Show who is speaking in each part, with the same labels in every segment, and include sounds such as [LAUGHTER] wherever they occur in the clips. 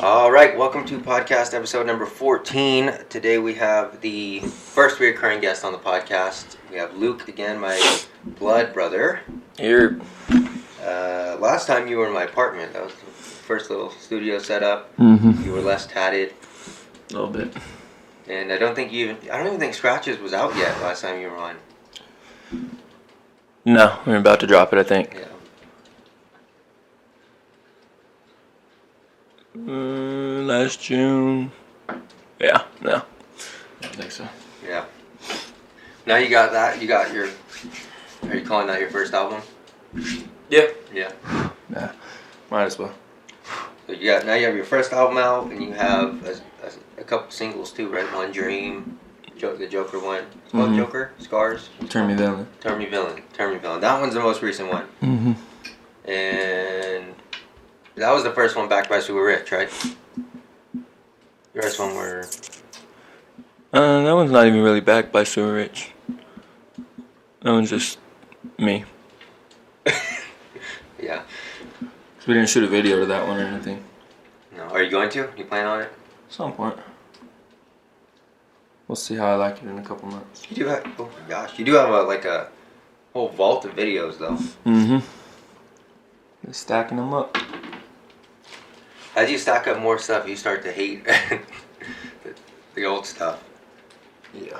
Speaker 1: right, welcome to podcast episode number 14. Today we have the first recurring guest on the podcast. We have Luke again, my blood brother.
Speaker 2: You're
Speaker 1: Uh, last time you were in my apartment, that was the first little studio setup.
Speaker 2: Mm-hmm.
Speaker 1: You were less tatted,
Speaker 2: a little bit.
Speaker 1: and I don't think you even, I don't even think Scratches was out yet last time you were on.
Speaker 2: No, we're about to drop it. I think.
Speaker 1: Yeah.
Speaker 2: Uh, last June. Yeah. No. I don't think so.
Speaker 1: Yeah. Now you got that, you got your, are you calling that your first album?
Speaker 2: Yeah.
Speaker 1: Yeah.
Speaker 2: Yeah. Might as well.
Speaker 1: So you got now you have your first album out, and you have a, a, a couple singles too, right? One Dream, jo- the Joker one, it's called
Speaker 2: Mhm.
Speaker 1: Joker Scars,
Speaker 2: Turn me down.
Speaker 1: Turn Me Villain, Turn Me Villain. That one's the most recent one,
Speaker 2: Mm-hmm.
Speaker 1: and that was the first one backed by Super Rich, right? The rest one were
Speaker 2: Uh, that one's not even really backed by Sewer Rich. That one's just me.
Speaker 1: yeah.
Speaker 2: We didn't shoot a video to that one or anything.
Speaker 1: No, are you going to? You plan on it?
Speaker 2: Some point. We'll see how I like it in a couple months.
Speaker 1: You do have oh my gosh, you do have a, like a whole vault of videos though.
Speaker 2: Mm-hmm. Just stacking them up.
Speaker 1: As you stack up more stuff, you start to hate [LAUGHS] the, the old stuff.
Speaker 2: Yeah.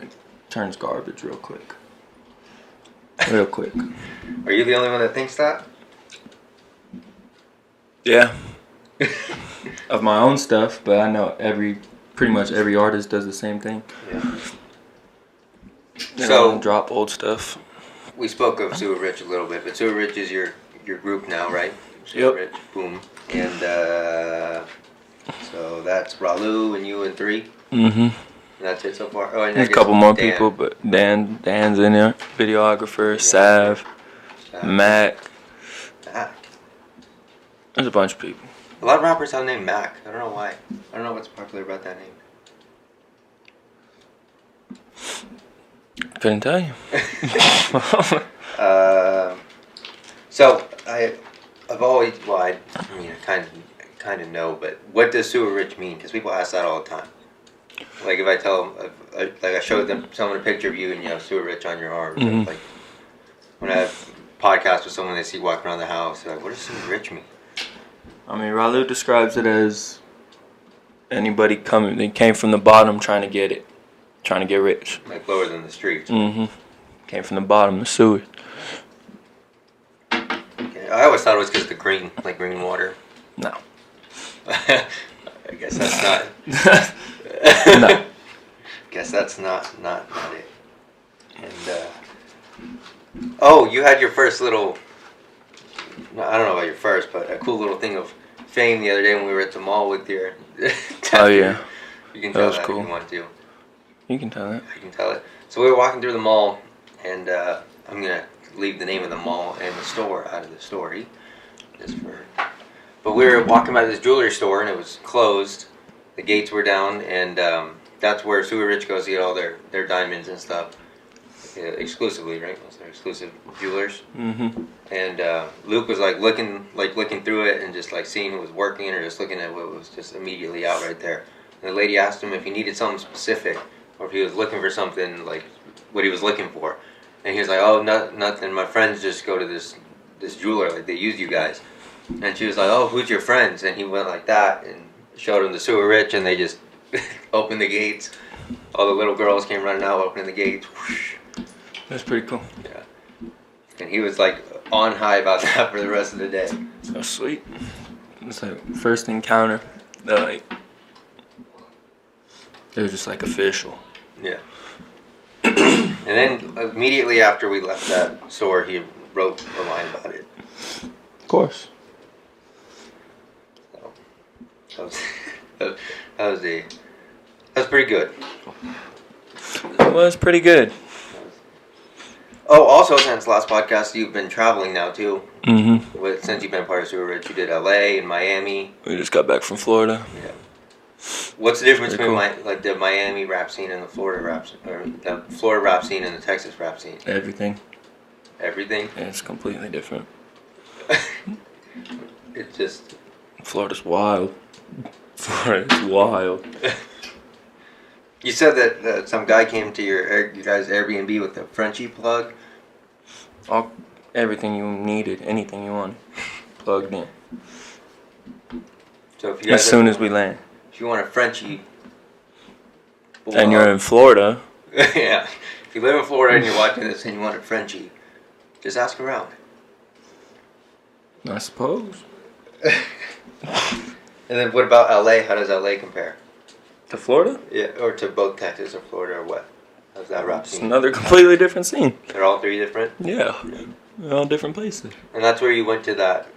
Speaker 2: It turns garbage real quick. Real quick.
Speaker 1: Are you the only one that thinks that?
Speaker 2: [LAUGHS] yeah. Of my own stuff, but I know every pretty much every artist does the same thing.
Speaker 1: Yeah.
Speaker 2: They
Speaker 1: So-
Speaker 2: don't drop old stuff.
Speaker 1: We spoke of Sewer Rich a little bit, but Sewer Rich is your your group now, right?
Speaker 2: Yep.
Speaker 1: Sewer Rich, boom, and uh, so that's Ralu and you and three. And
Speaker 2: Mm-hmm.
Speaker 1: that's it so far. Oh, and I
Speaker 2: There's a
Speaker 1: guess
Speaker 2: couple more
Speaker 1: Dan.
Speaker 2: people, but Dan Dan's in there. Videographer, Sav,
Speaker 1: Uh,
Speaker 2: Mac.
Speaker 1: Mac.
Speaker 2: There's a bunch of people.
Speaker 1: A lot of rappers have the name Mac. I don't know why. I don't know what's popular about that name.
Speaker 2: Couldn't tell [LAUGHS] you. [LAUGHS]
Speaker 1: [LAUGHS] Uh, so I, I've always well, I, I mean, I kind of kind of know, but what does sewer rich mean? Because people ask that all the time. Like if I tell them, if, I- like I showed them someone a picture of you and you have sewer rich on your arm.
Speaker 2: Mhm.
Speaker 1: Like when I have podcasts with someone, they see walking around the house. They're like, "What does sewer rich mean?"
Speaker 2: I mean, Ralu describes it as anybody coming, they came from the bottom trying to get it, trying to get rich.
Speaker 1: Like lower than the street.
Speaker 2: Mm-hmm. Came from the bottom, the sewer.
Speaker 1: Okay. I always thought it was because the green, like green water. [LAUGHS]
Speaker 2: No.
Speaker 1: I guess that's not.
Speaker 2: [LAUGHS] no.
Speaker 1: Guess that's not not not it. And uh, oh, you had your first little. no, I don't know about your first, but a cool little thing of fame the other day when we were at the mall with your. [LAUGHS]
Speaker 2: Oh, yeah.
Speaker 1: You can
Speaker 2: That
Speaker 1: tell
Speaker 2: was
Speaker 1: that,
Speaker 2: cool.
Speaker 1: if you want to.
Speaker 2: You can tell that.
Speaker 1: I can tell it. So we were walking through the mall, and uh, I'm gonna leave the name of the mall and the store out of the story, just for. But we were walking by this jewelry store, and it was closed. The gates were down, and um, that's where Sewer Rich goes to get all their their diamonds and stuff, Yeah, exclusively, right? Those are exclusive jewelers.
Speaker 2: Mm-hmm.
Speaker 1: And uh, Luke was like looking, like looking through it, and just like seeing what was working, or just looking at what was just immediately out right there. And the lady asked him if he needed something specific, or if he was looking for something like what he was looking for. And he was like, "Oh, no, nothing. My friends just go to this this jeweler. Like they use you guys." And she was like, "Oh, who's your friends?" And he went like that and showed him the sewer rich, and they just [LAUGHS] opened the gates. All the little girls came running out, opening the gates. Whoosh.
Speaker 2: That's pretty cool.
Speaker 1: And he was like on high about [LAUGHS] that for the rest of the day.
Speaker 2: That's sweet. It's like first encounter. They're like, they were just like official.
Speaker 1: Yeah. [CLEARS THROAT] and then immediately after we left that store, he wrote a line about it.
Speaker 2: Of course.
Speaker 1: That was, [LAUGHS] that was a, that was pretty good.
Speaker 2: It was pretty good.
Speaker 1: Oh, also since last podcast, you've been traveling now too.
Speaker 2: Mm-hmm.
Speaker 1: With since you've been part of Sewer Rich, you did L.A. and Miami.
Speaker 2: We just got back from Florida.
Speaker 1: Yeah. What's the difference
Speaker 2: Very
Speaker 1: between Mi- like the Miami rap scene and the Florida rap scene, or the Florida rap scene and the Texas rap scene?
Speaker 2: Everything.
Speaker 1: Everything. [LAUGHS]
Speaker 2: And it's completely different.
Speaker 1: It's just
Speaker 2: Florida's wild. [LAUGHS] it's wild.
Speaker 1: You said that uh, some guy came to your Air- you guys Airbnb with a Frenchie plug.
Speaker 2: All, everything you needed, anything you wanted, plugged in.
Speaker 1: So if you guys
Speaker 2: as soon as we land,
Speaker 1: if you want a Frenchie,
Speaker 2: and you're in Florida,
Speaker 1: [LAUGHS] yeah. If you live in Florida and you're watching this and you want a Frenchie, just ask around.
Speaker 2: I suppose.
Speaker 1: [LAUGHS] And then what about LA? How does LA compare?
Speaker 2: To Florida,
Speaker 1: Yeah, or to both Texas or Florida or what? How's that rap
Speaker 2: it's
Speaker 1: scene?
Speaker 2: another completely different scene.
Speaker 1: They're all three different,
Speaker 2: Yeah, all different places.
Speaker 1: and that's where you went to that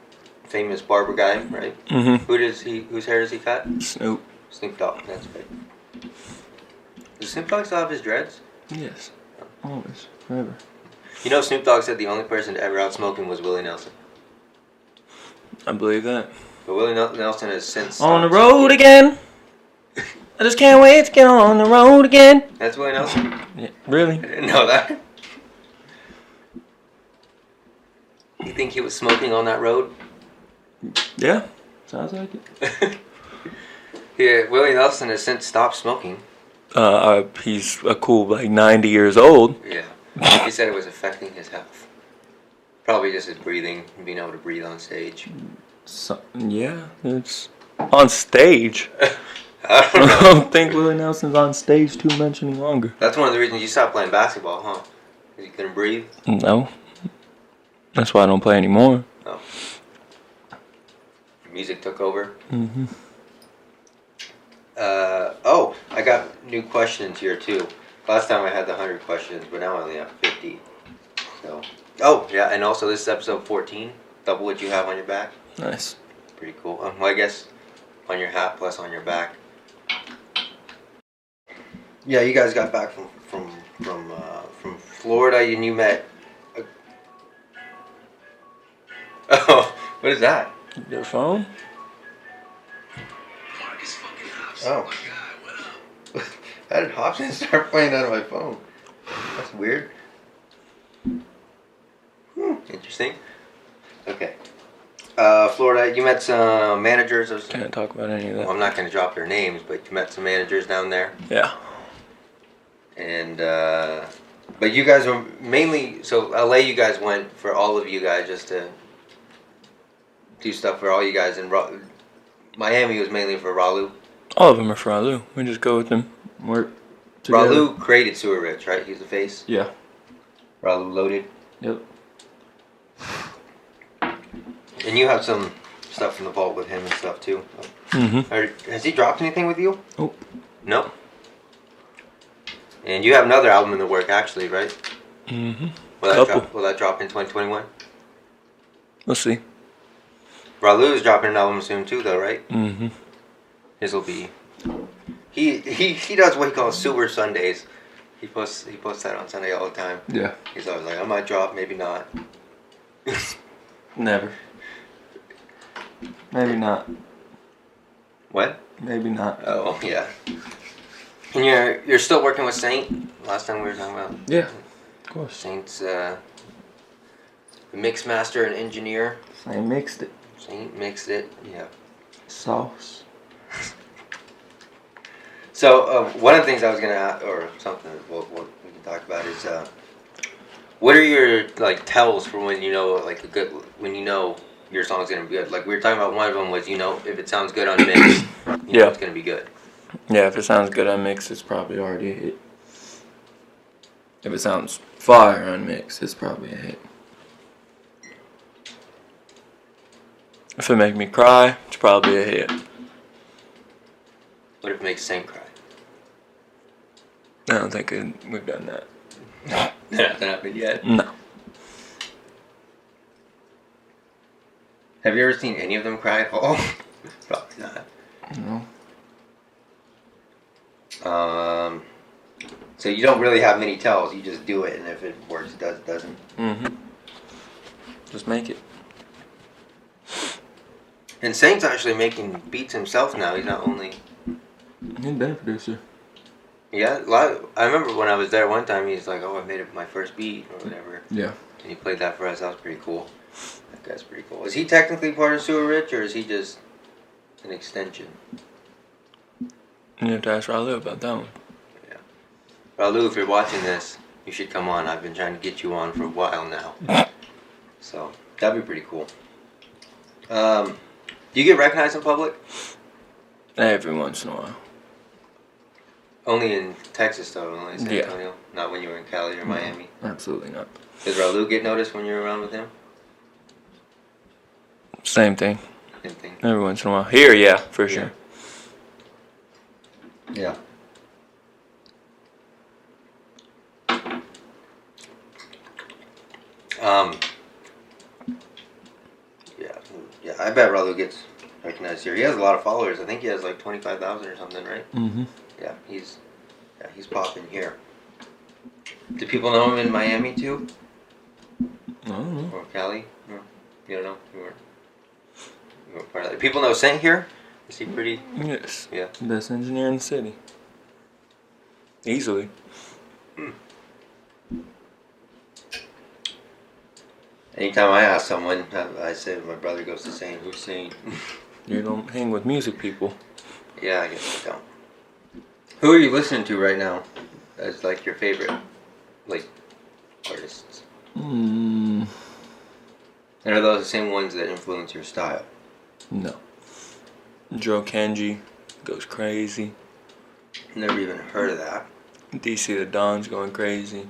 Speaker 1: famous barber guy, right?
Speaker 2: Mm-hmm.
Speaker 1: Who does he? Whose hair does he cut?
Speaker 2: Snoop.
Speaker 1: Snoop Dogg. That's right. Does Snoop Dogg still have his dreads?
Speaker 2: Yes. Always. Forever.
Speaker 1: You know, Snoop Dogg said the only person to ever out smoking was Willie Nelson.
Speaker 2: I believe that.
Speaker 1: But Willie Nel- Nelson has since
Speaker 2: On the road again. I just can't wait to get on the road again.
Speaker 1: That's Willie Nelson. [LAUGHS]
Speaker 2: Yeah, really?
Speaker 1: I didn't know that. You think he was smoking on that road? [LAUGHS]
Speaker 2: Yeah. Sounds like it.
Speaker 1: yeah, Willie Nelson has since stopped smoking.
Speaker 2: Uh, uh, he's a cool like 90 years old.
Speaker 1: Yeah. He said it was affecting his health. Probably just his breathing, being able to breathe on stage. [LAUGHS]
Speaker 2: So, yeah, it's on [LAUGHS] stage.
Speaker 1: I don't
Speaker 2: I
Speaker 1: know.
Speaker 2: don't [LAUGHS] think Willie Nelson's on stage too much any longer.
Speaker 1: That's one of the reasons you stopped playing basketball, huh? 'Cause you couldn't breathe?
Speaker 2: No. That's why I don't play anymore.
Speaker 1: No. Music took over.
Speaker 2: Mm-hmm.
Speaker 1: Uh, oh, I got new questions here too. Last time I had the 100 questions, but now I only have 50. So, oh, yeah, and also this is episode 14. Double what you have on your back.
Speaker 2: Nice.
Speaker 1: Pretty cool. Um, well, I guess on your hat plus on your back. Yeah, you guys got back from from from uh, from Florida, and you met. A... [LAUGHS] Oh, what is that?
Speaker 2: Your phone?
Speaker 3: Marcus fucking Hobbs.
Speaker 1: Oh.
Speaker 3: My God, what up?
Speaker 1: [LAUGHS] How did Hobson start playing out of my phone? That's weird. Hmm, interesting. Okay. Uh, Florida, you met some managers. Or some,
Speaker 2: Can't talk about any of
Speaker 1: well,
Speaker 2: that.
Speaker 1: I'm not going to drop their names, but you met some managers down there.
Speaker 2: Yeah.
Speaker 1: And, uh, but you guys were mainly, so LA, you guys went for all of you guys just to do stuff for all you guys. And Ra- Miami was mainly for Ralu.
Speaker 2: All of them are for Ralu. We just go with them. Work together.
Speaker 1: Ralu created Sewer Rich, right? He's the face.
Speaker 2: Yeah.
Speaker 1: Ralu loaded.
Speaker 2: Yep.
Speaker 1: And you have some stuff in the vault with him and stuff too.
Speaker 2: Mm-hmm.
Speaker 1: Or, has he dropped anything with you?
Speaker 2: Nope.
Speaker 1: No. And you have another album in the work, actually, right?
Speaker 2: Mm-hmm.
Speaker 1: Will that,
Speaker 2: Couple.
Speaker 1: drop, will that drop in 2021?
Speaker 2: We'll see.
Speaker 1: Ralu is dropping an album soon too, though, right?
Speaker 2: Mm-hmm.
Speaker 1: His will be. He he he does what he calls Super Sundays. He posts he posts that on Sunday all the time.
Speaker 2: Yeah.
Speaker 1: He's always like, I might drop, maybe not. [LAUGHS]
Speaker 2: Never. Maybe not.
Speaker 1: What?
Speaker 2: Maybe not.
Speaker 1: Oh yeah. And you're you're still working with Saint. Last time we were talking about
Speaker 2: Yeah. Of course.
Speaker 1: Saint's uh, the mix master and engineer.
Speaker 2: I mixed it.
Speaker 1: Saint mixed it. Yeah.
Speaker 2: Sauce.
Speaker 1: So uh, one of the things I was gonna ask, or something that we'll, we'll, we can talk about is uh, what are your like tells for when you know like a good when you know your song's gonna be good. Like we were talking about one of them was you know if it sounds good on mix, you know
Speaker 2: Yeah.
Speaker 1: it's gonna be good.
Speaker 2: Yeah, if it sounds good unmixed, it's probably already a hit. If it sounds fire unmixed, it's probably a hit. If it make me cry, it's probably a hit.
Speaker 1: What if it makes Saint cry?
Speaker 2: I don't think it, we've done that.
Speaker 1: that hasn't happened yet.
Speaker 2: No.
Speaker 1: Have you ever seen any of them cry at all? [LAUGHS] Probably not.
Speaker 2: No.
Speaker 1: Um, so you don't really have many tells. You just do it, and if it works, it does. It doesn't.
Speaker 2: Mm-hmm. Just make it.
Speaker 1: And Saint's actually making beats himself now. He's not only
Speaker 2: He's been a producer.
Speaker 1: yeah. A lot. I remember when I was there one time. He's like, "Oh, I made it my first beat or whatever,"
Speaker 2: Yeah.
Speaker 1: and he played that for us. That was pretty cool. That guy's pretty cool. Is he technically part of Sewer Rich, or is he just an extension?
Speaker 2: You have to ask Ralu about that one.
Speaker 1: Ralu, if you're watching this, you should come on. I've been trying to get you on for a while now. so that'd be pretty cool. Um, do you get recognized in public?
Speaker 2: Every once in a while.
Speaker 1: Only in Texas, though, only in San
Speaker 2: Yeah.
Speaker 1: Antonio. Not when you were in Cali or Miami.
Speaker 2: Absolutely not.
Speaker 1: Does Ralu get noticed when you're around with him?
Speaker 2: Same thing.
Speaker 1: Anything?
Speaker 2: Every once in a while. Here, yeah, for sure.
Speaker 1: Yeah. Um. Yeah, yeah. I bet Ralu gets recognized here. He has a lot of followers. I think he has like twenty five thousand or something, right?
Speaker 2: Mm-hmm.
Speaker 1: Yeah, he's yeah he's popping here. Do people know him in Miami too,
Speaker 2: I don't know.
Speaker 1: or Cali? No, you don't know. You weren't. You weren't part of that. People know Saint here. Is he pretty?
Speaker 2: Yes.
Speaker 1: Yeah.
Speaker 2: Best engineer in the city. Easily.
Speaker 1: Anytime I ask someone, I, I say my brother goes to Saint. Who's Saint? [LAUGHS]
Speaker 2: You don't hang with music people.
Speaker 1: Yeah, I guess I don't. Who are you listening to right now as like your favorite like artists?
Speaker 2: Mm,
Speaker 1: And are those the same ones that influence your style?
Speaker 2: no. Joe Kenji goes crazy.
Speaker 1: Never even heard of that.
Speaker 2: DC the Don's going crazy.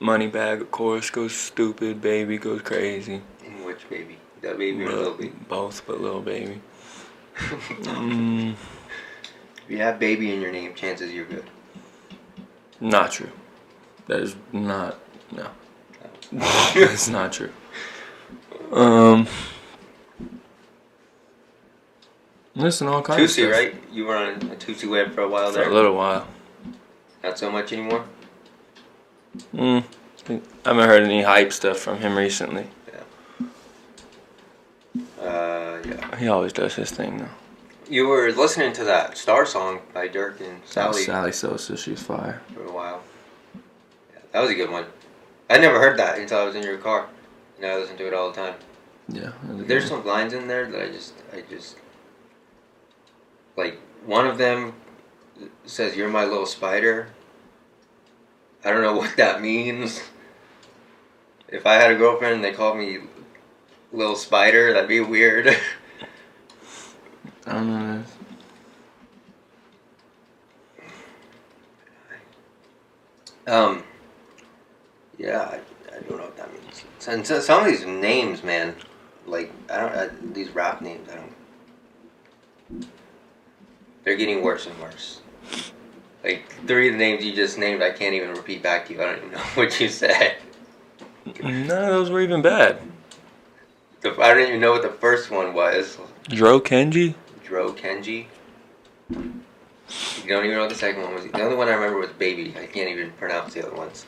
Speaker 2: Moneybag, of course, goes stupid. Baby goes crazy.
Speaker 1: Which baby? That baby or
Speaker 2: Lil-
Speaker 1: little
Speaker 2: [LAUGHS]
Speaker 1: baby?
Speaker 2: Both, but little baby. Mm,
Speaker 1: If you have baby in your name, chances you're good.
Speaker 2: not true. That is not.
Speaker 1: [LAUGHS]
Speaker 2: No. That's not true. Um. Listen, to all kinds of
Speaker 1: Tusi,
Speaker 2: stuff.
Speaker 1: right? You were on a Tusi web for a while
Speaker 2: For
Speaker 1: there.
Speaker 2: a little while.
Speaker 1: Not so much anymore.
Speaker 2: Mm, I haven't heard any hype stuff from him recently.
Speaker 1: Uh, yeah.
Speaker 2: He always does his thing though.
Speaker 1: You were listening to that Star song by Dirk and Sally
Speaker 2: Sally Sosa, she's fire.
Speaker 1: for a while. Yeah, that was a good one. I never heard that until I was in your car. Now I listen to it all the time.
Speaker 2: Yeah.
Speaker 1: There's some lines in there that I just, I just, like one of them says, "You're my little spider." I don't know [LAUGHS] what that means. If I had a girlfriend and they called me little spider, that'd be weird. [LAUGHS]
Speaker 2: I don't know.
Speaker 1: um, yeah, I, I don't know what that means. And so, some of these names, man, like I don't I, these rap names, I don't. They're getting worse and worse. Like three of the names you just named, I can't even repeat back to you. I don't even [LAUGHS] know what you said.
Speaker 2: None of those were even bad.
Speaker 1: The, I don't even know what the first one was.
Speaker 2: Dro Kenji?
Speaker 1: Dro Kenji. You don't even know what the second one was. The only one I remember was Baby. I can't even pronounce the other ones.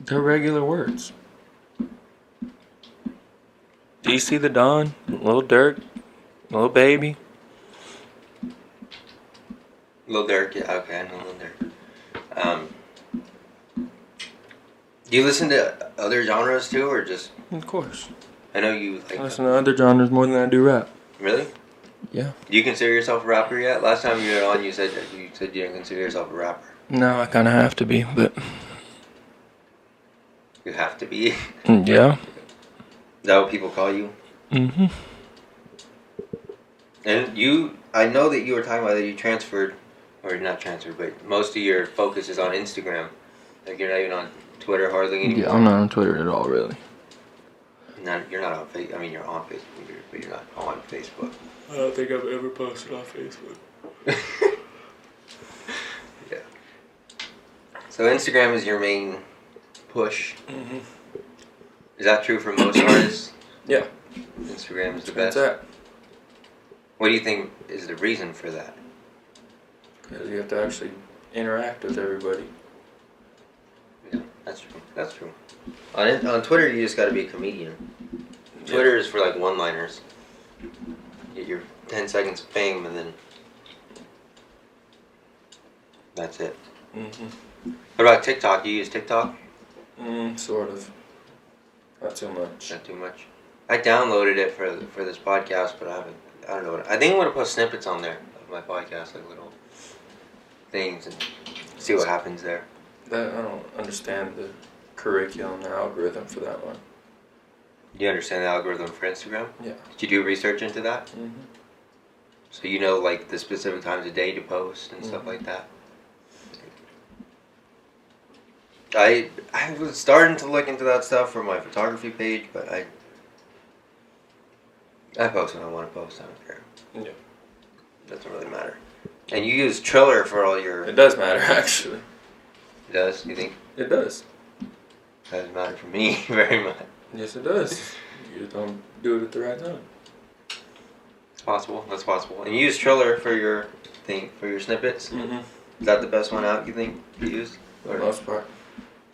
Speaker 2: They're regular words. DC the Don, Little Dirk, Little Baby.
Speaker 1: Lil Durk, yeah, okay, I know Lil Durk. Um, do you listen to other genres too, or just?
Speaker 2: Of course.
Speaker 1: I know you like.
Speaker 2: I listen to other genres more than I do rap.
Speaker 1: Really?
Speaker 2: Yeah.
Speaker 1: Do you consider yourself a rapper yet? Last time you were on, you said that you said you didn't consider yourself a rapper.
Speaker 2: No, I kind of have to be, but
Speaker 1: You have to be. [LAUGHS] Is
Speaker 2: mm, yeah.
Speaker 1: that what people call you?
Speaker 2: Mm-hmm.
Speaker 1: And you, I know that you were talking about that you transferred, or not transferred, but most of your focus is on Instagram. Like you're not even on Twitter hardly anymore.
Speaker 2: Yeah, I'm not on Twitter at all, really.
Speaker 1: Not- you're not on Facebook. I mean, you're on Facebook, you're- but you're not on Facebook.
Speaker 2: I don't think I've ever posted on Facebook.
Speaker 1: yeah. [LAUGHS] So Instagram is your main push.
Speaker 2: Mm-hmm.
Speaker 1: Is that true for
Speaker 2: [COUGHS]
Speaker 1: most artists?
Speaker 2: Yeah.
Speaker 1: Instagram is the
Speaker 2: That's
Speaker 1: best.
Speaker 2: that.
Speaker 1: What do you think is the reason for that?
Speaker 2: Because you have to actually interact with everybody.
Speaker 1: Yeah, that's true. That's true. On in- on Twitter, you just got to be a comedian. Twitter is for like one-liners. Get your ten seconds of fame, and then that's it.
Speaker 2: Mm-hmm.
Speaker 1: What about TikTok? You use TikTok?
Speaker 2: Mm, sort of. Not too much.
Speaker 1: Not too much. I downloaded it for for this podcast, but I haven't. I don't know. What, I think I'm gonna post snippets on there of my podcast, like little things, and see what happens there.
Speaker 2: That I don't understand the curriculum, the algorithm for that one.
Speaker 1: Do you understand the algorithm for Instagram?
Speaker 2: Yeah.
Speaker 1: Did you do research into that?
Speaker 2: Mm-hmm.
Speaker 1: So you know like the specific times of day to post and stuff
Speaker 2: Mm-hmm.
Speaker 1: like that. I I was starting to look into that stuff for my photography page, but I I post when I want to post. I don't care.
Speaker 2: Yeah.
Speaker 1: Doesn't really matter. And you use Triller for all your.
Speaker 2: It
Speaker 1: It
Speaker 2: does matter [LAUGHS] actually.
Speaker 1: does. You think
Speaker 2: It does.
Speaker 1: doesn't matter for me [LAUGHS] very much.
Speaker 2: Yes, it does. You just don't do it at the right time.
Speaker 1: It's possible. That's possible. And you use Triller for your thing for your snippets.
Speaker 2: Mm-hmm.
Speaker 1: Is that the best one out? You think you use?
Speaker 2: For the most part.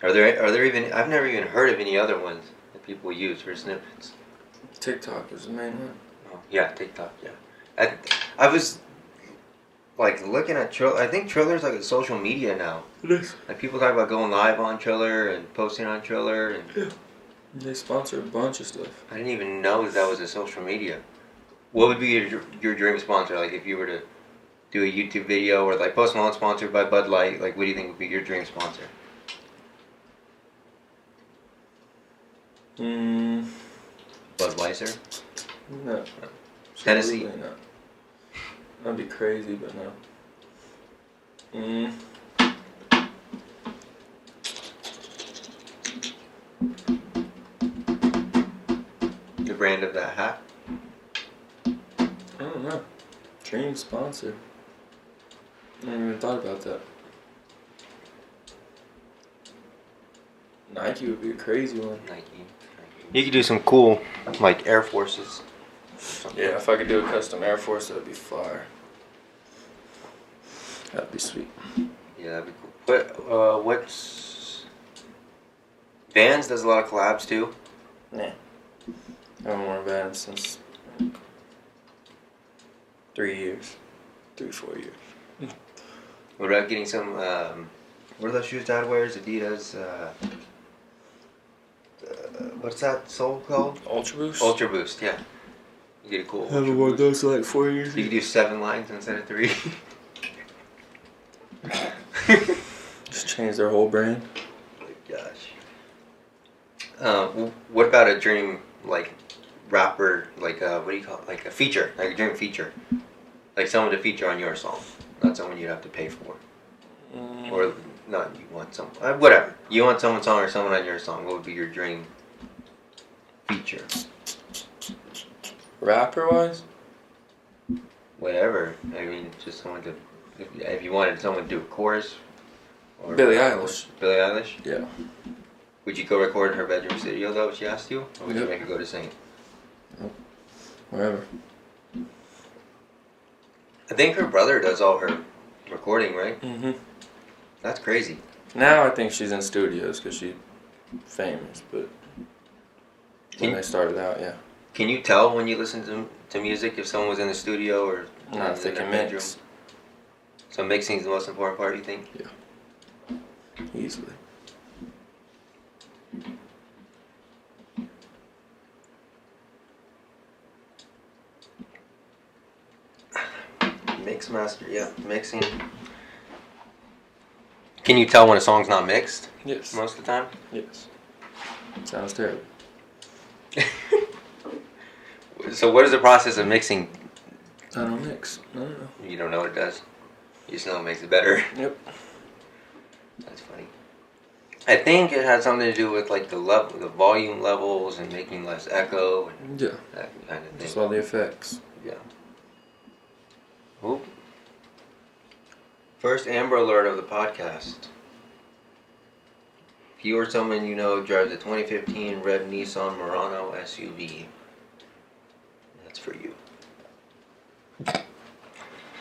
Speaker 1: Are there are there even I've never even heard of any other ones that people use for snippets.
Speaker 2: TikTok is the main one.
Speaker 1: Oh, yeah, TikTok. Yeah, I I was like looking at Trill. I think Triller's like a social media now.
Speaker 2: It is.
Speaker 1: Like people talk about going live on Triller and posting on Triller, and
Speaker 2: They sponsor a bunch of stuff.
Speaker 1: I didn't even know that, that was a social media. What would be your dr- your dream sponsor? Like if you were to do a YouTube video or like Post Malone sponsored by Bud Light, like what do you think would be your dream sponsor?
Speaker 2: Mm,
Speaker 1: Budweiser.
Speaker 2: no.
Speaker 1: Tennessee.
Speaker 2: Absolutely not. That'd be crazy, but no. Mm,
Speaker 1: The brand of that hat.
Speaker 2: I don't know. Dream sponsor. I haven't even thought about that. Nike would be a crazy one.
Speaker 1: Nike. You could do some cool, like Air Forces.
Speaker 2: Yeah, if I could do a custom Air Force, that'd be fire. That'd be sweet.
Speaker 1: Yeah, that'd be cool. But uh, what's Vans does a lot of collabs too.
Speaker 2: Nah. I haven't worn Vans since three years, three four years.
Speaker 1: What about getting some? Um, what are those shoes Dad wears? Adidas. Uh, uh, what's that sole called?
Speaker 2: Ultra Boost.
Speaker 1: Ultra Boost. Yeah. You get a cool. Ultra
Speaker 2: haven't worn
Speaker 1: Boost.
Speaker 2: those in like four years.
Speaker 1: You could do seven lines instead of three.
Speaker 2: Just change their whole brand.
Speaker 1: my gosh. Uh, w- what about a dream like rapper? Like uh, what do you call it? Like a feature? Like a dream feature? Like someone to feature on your song, not someone you'd have to pay for,
Speaker 2: Mm.
Speaker 1: or not you want some uh, whatever you want someone's song or someone on your song. What would be your dream feature?
Speaker 2: rapper wise,
Speaker 1: Whatever. I mean, just someone to. If, if you wanted someone to do a chorus. Or
Speaker 2: Billie Eilish.
Speaker 1: Billie Eilish.
Speaker 2: yeah.
Speaker 1: Would you go record in her bedroom studio though if she asked you, or would you
Speaker 2: Yep.
Speaker 1: make her go to sing?
Speaker 2: Wherever.
Speaker 1: I think her brother does all her recording, right?
Speaker 2: hmm
Speaker 1: That's crazy.
Speaker 2: Now I think she's in studios because she's famous. But when
Speaker 1: Hmm.
Speaker 2: they started out, yeah,
Speaker 1: Can you tell when you listen to, to music if someone was in the studio or
Speaker 2: not if they
Speaker 1: in their
Speaker 2: can
Speaker 1: bedroom?
Speaker 2: mix
Speaker 1: So mixing is the most important part, you think?
Speaker 2: easily.
Speaker 1: Mix master, yeah, mixing. Can you tell when a song's not mixed
Speaker 2: Yes.
Speaker 1: most of the time?
Speaker 2: Yes. Sounds terrible.
Speaker 1: [LAUGHS] So what is the process of mixing?
Speaker 2: I don't mix. No, no.
Speaker 1: You don't know what it does. You just know it makes it better. [LAUGHS]
Speaker 2: Yep.
Speaker 1: That's funny. I think it had something to do with like the level, the volume levels, and making less echo and
Speaker 2: Yeah.
Speaker 1: that kind of thing.
Speaker 2: Just all the effects.
Speaker 1: Yeah. Oop. First Amber Alert of the podcast. If you or someone you know drives a 2015 red Nissan Murano SUV, that's for you.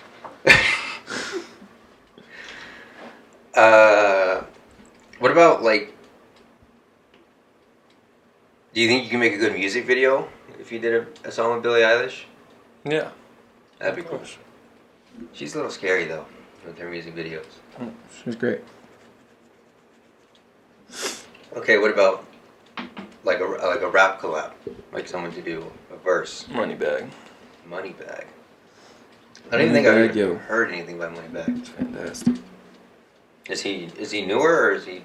Speaker 1: [LAUGHS] uh, what about like? Do you think you can make a good music video if you did a, a song with Billie Eilish?
Speaker 2: Yeah.
Speaker 1: That'd be cool. She's a little scary though with her music videos.
Speaker 2: Mm, She's great.
Speaker 1: Okay, what about like a like a rap collab, like someone to do a verse,
Speaker 2: Money bag.
Speaker 1: Moneybag. I don't even think I've
Speaker 2: Moneybagg, yo.
Speaker 1: ever heard anything by Moneybagg.
Speaker 2: Fantastic.
Speaker 1: Is he is he newer or is he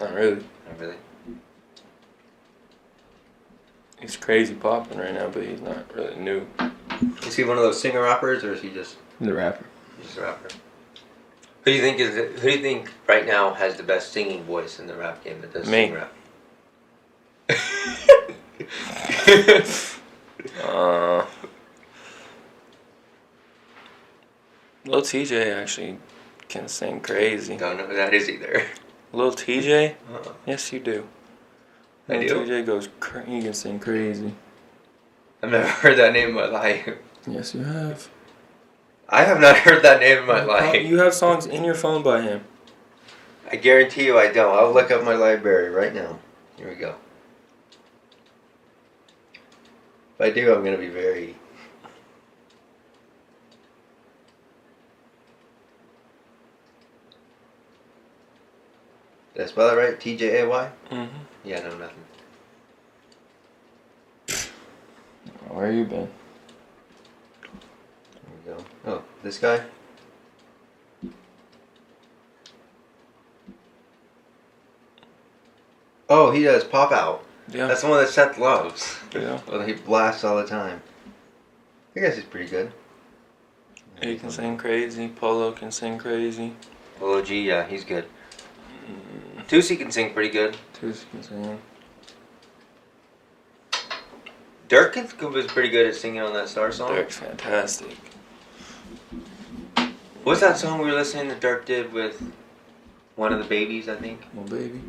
Speaker 2: Not really.
Speaker 1: not really?
Speaker 2: He's crazy popping right now, but he's not really new.
Speaker 1: Is he one of those singer rappers or is he just
Speaker 2: The rapper.
Speaker 1: just a rapper? Who do you think is the, who do you think right now has the best singing voice in the rap game that does
Speaker 2: Me.
Speaker 1: sing
Speaker 2: [LAUGHS]
Speaker 1: rap?
Speaker 2: Uh, Lil TJ actually can sing crazy.
Speaker 1: Don't know who that is either.
Speaker 2: Lil TJ?
Speaker 1: Uh-uh.
Speaker 2: Yes, you do.
Speaker 1: I do?
Speaker 2: Lil TJ goes. Cra- he can sing crazy.
Speaker 1: I've never heard that name in my life.
Speaker 2: Yes, you have.
Speaker 1: I have not heard that name in my life.
Speaker 2: You have songs in your phone by him.
Speaker 1: I guarantee you I don't. I'll look up my library right now. Here we go. If I do, I'm going to be very. Did I spell it right? T J A Y?
Speaker 2: Mm-hmm.
Speaker 1: Yeah, no, nothing.
Speaker 2: Where you been?
Speaker 1: There we go. Oh, this guy? Oh, he does Pop Out.
Speaker 2: Yeah.
Speaker 1: That's the one that Seth loves.
Speaker 2: yeah.
Speaker 1: Well, he blasts all the time. I guess he's pretty good.
Speaker 2: He can sing crazy. Polo can sing crazy. Mm-hmm.
Speaker 1: Well, G, yeah, he's good. Tusi can sing pretty good.
Speaker 2: Tusi can sing.
Speaker 1: Dirk can- was pretty good at singing on that Star song.
Speaker 2: Derek's fantastic.
Speaker 1: What was that song we were listening that Dirk did with one of the babies, I think?
Speaker 2: Well, baby.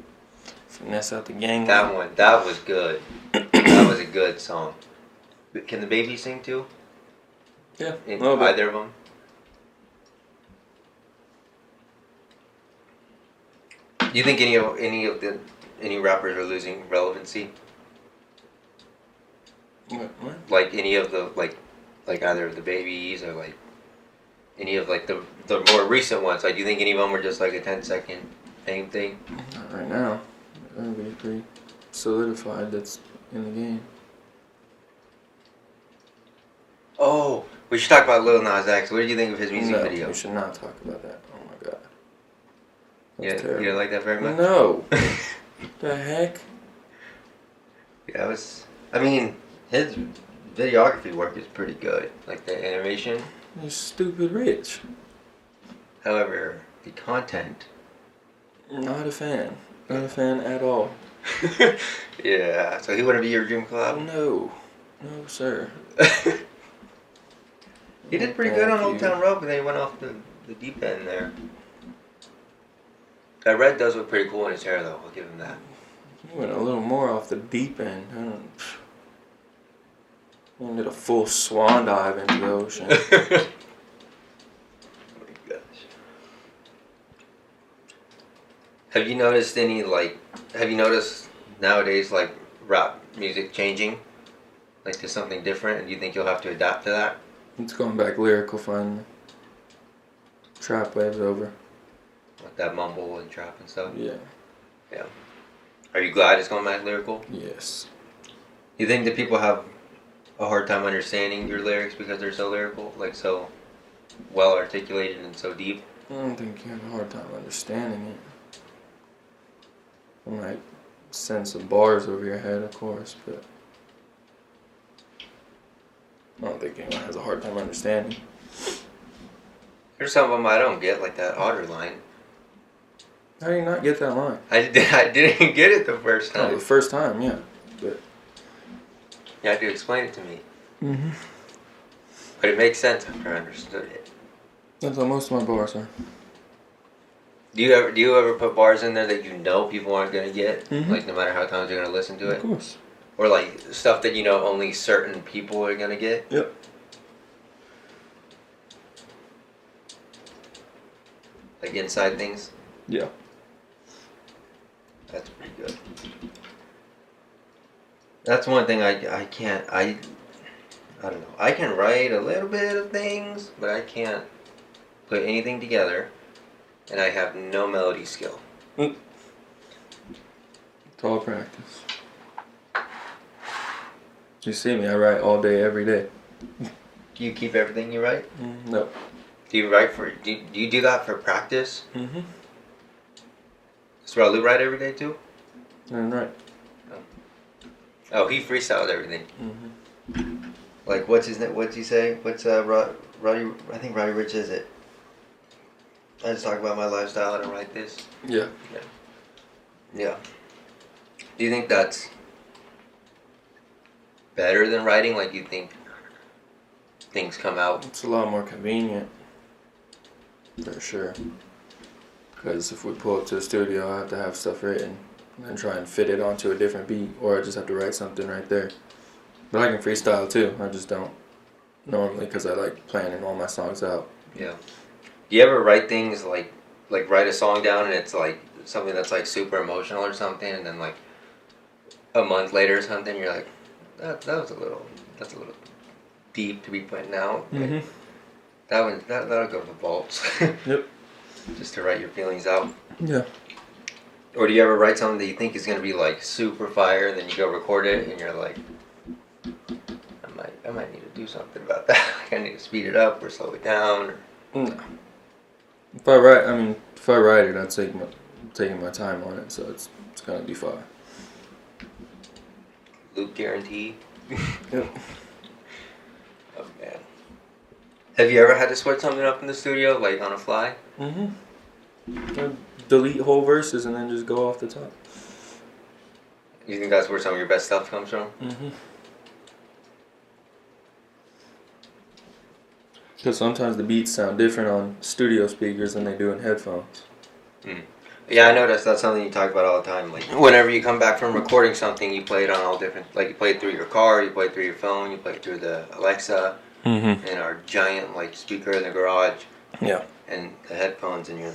Speaker 2: Finesse out the gang.
Speaker 1: That one, that was good. that was a good song. But Can the baby sing too?
Speaker 2: Yeah.
Speaker 1: In
Speaker 2: little bit.
Speaker 1: either of them? Do you think any of any of the any rappers are losing relevancy?
Speaker 2: What, what?
Speaker 1: like any of the like like either of the babies or like any of like the the more recent ones like do you think any of them were just like a 10 second fame thing
Speaker 2: Not right now. Everybody's pretty solidified that's in the game.
Speaker 1: oh we should talk about Lil Nas X what did you think of his music
Speaker 2: no,
Speaker 1: video
Speaker 2: We should not talk about that. Oh my god.
Speaker 1: yeah
Speaker 2: That's
Speaker 1: you didn't like that very much
Speaker 2: No. the heck?
Speaker 1: [LAUGHS] yeah it was I mean his videography work is pretty good like the animation
Speaker 2: You stupid rich.
Speaker 1: however the content [LAUGHS]
Speaker 2: Not a fan. Not a fan at all.
Speaker 1: yeah so he wouldn't be your dream collab [LAUGHS]
Speaker 2: No. No, sir.
Speaker 1: he did pretty good on
Speaker 2: Thank
Speaker 1: Old
Speaker 2: you.
Speaker 1: Town Road but they went off the, the deep end there that red does look pretty cool in his hair though I'll give him that
Speaker 2: You went a little more off the deep end. I don't. You did a full swan dive into the ocean.
Speaker 1: oh my gosh. Have you noticed any like have you noticed nowadays like rap music changing? Like to something different and do you think you'll have to adapt to that?
Speaker 2: [LAUGHS] it's going back lyrical finally. Trap waves over.
Speaker 1: Like that mumble and trap and stuff?
Speaker 2: Yeah.
Speaker 1: Are you glad it's going back lyrical?
Speaker 2: Yes.
Speaker 1: You think that people have a hard time understanding your lyrics because they're so lyrical? Like so well articulated and so deep?
Speaker 2: I don't think you have a hard time understanding it. I might send some bars over your head, of course, but I don't think anyone has a hard time understanding.
Speaker 1: There's some of them I don't get, like that otter line.
Speaker 2: How do you not get that line?
Speaker 1: I, [LAUGHS] I didn't get it the first
Speaker 2: No,
Speaker 1: time.
Speaker 2: the first time, yeah.
Speaker 1: You had to explain it to me.
Speaker 2: Mm-hmm.
Speaker 1: But it makes sense after I understood it.
Speaker 2: That's how most of my bars are.
Speaker 1: Do you ever do you ever put bars in there that you know people aren't gonna get?
Speaker 2: Mhm.
Speaker 1: Like no matter how times you're gonna listen to
Speaker 2: Of
Speaker 1: it?
Speaker 2: course.
Speaker 1: Or like stuff that you know only certain people are gonna get?
Speaker 2: Yep.
Speaker 1: Like inside things?
Speaker 2: Yeah.
Speaker 1: That's pretty good. That's one thing I, I can't I I don't know. I can write a little bit of things, but I can't put anything together and I have no melody skill.
Speaker 2: It's all practice. You see me, I write all day, every day.
Speaker 4: Do you keep everything you write?
Speaker 2: Mm, No.
Speaker 1: Do you write for? Do you, do you do that for practice?
Speaker 2: Mm-hmm.
Speaker 1: Does Ralu write every day too?
Speaker 2: And right.
Speaker 1: Oh, he freestyles everything.
Speaker 2: Mm-hmm.
Speaker 4: Like, what's his name? What'd you say? What's uh, Ro- Roddy? I think Roddy Rich is it. I just talk about my lifestyle.
Speaker 1: I
Speaker 4: I
Speaker 1: don't
Speaker 4: don't
Speaker 1: write this.
Speaker 2: Yeah.
Speaker 1: Yeah. Do you think that's better than writing? Like, you think things come out?
Speaker 2: It's a lot more convenient. For sure. Because if we pull up to the studio, I have to have stuff written and then try and fit it onto a different beat, or I just have to write something right there. But I can freestyle too. I just don't normally because I like planning all my songs out.
Speaker 1: Yeah. Do you ever write things like like write a song down and it's like something that's like super emotional or something, and then like a month later or something, you're like, that that was a little that's a little deep to be putting out.
Speaker 2: Mm-hmm.
Speaker 1: Like, That one that that'll go to the vaults. [LAUGHS]
Speaker 2: Yep.
Speaker 1: Just to write your feelings out.
Speaker 2: Yeah.
Speaker 1: Or do you ever write something that you think is gonna be like super fire and then you go record it and you're like I might I might need to do something about that. [LAUGHS] like I need to speed it up or slow it down or
Speaker 2: No. Mm. If I write, I mean, if I write it, I take my taking my time on it, so it's it's gonna be fine.
Speaker 1: loop guarantee.
Speaker 2: Yep.
Speaker 1: Oh man. Have you ever had to switch something up in the studio, like on a fly?
Speaker 2: Mhm. I Delete whole verses and then just go off the top.
Speaker 1: You think that's where some of your best stuff comes from?
Speaker 2: Mhm. Because sometimes the beats sound different on studio speakers than they do in headphones.
Speaker 1: Yeah, I noticed that's something you talk about all the time. Like whenever you come back from recording something, you play it on all different. Like you play it through your car, you play it through your phone, you play it through the Alexa
Speaker 2: Mhm.
Speaker 1: and our giant like speaker in the garage.
Speaker 2: Yeah.
Speaker 1: And the headphones and your.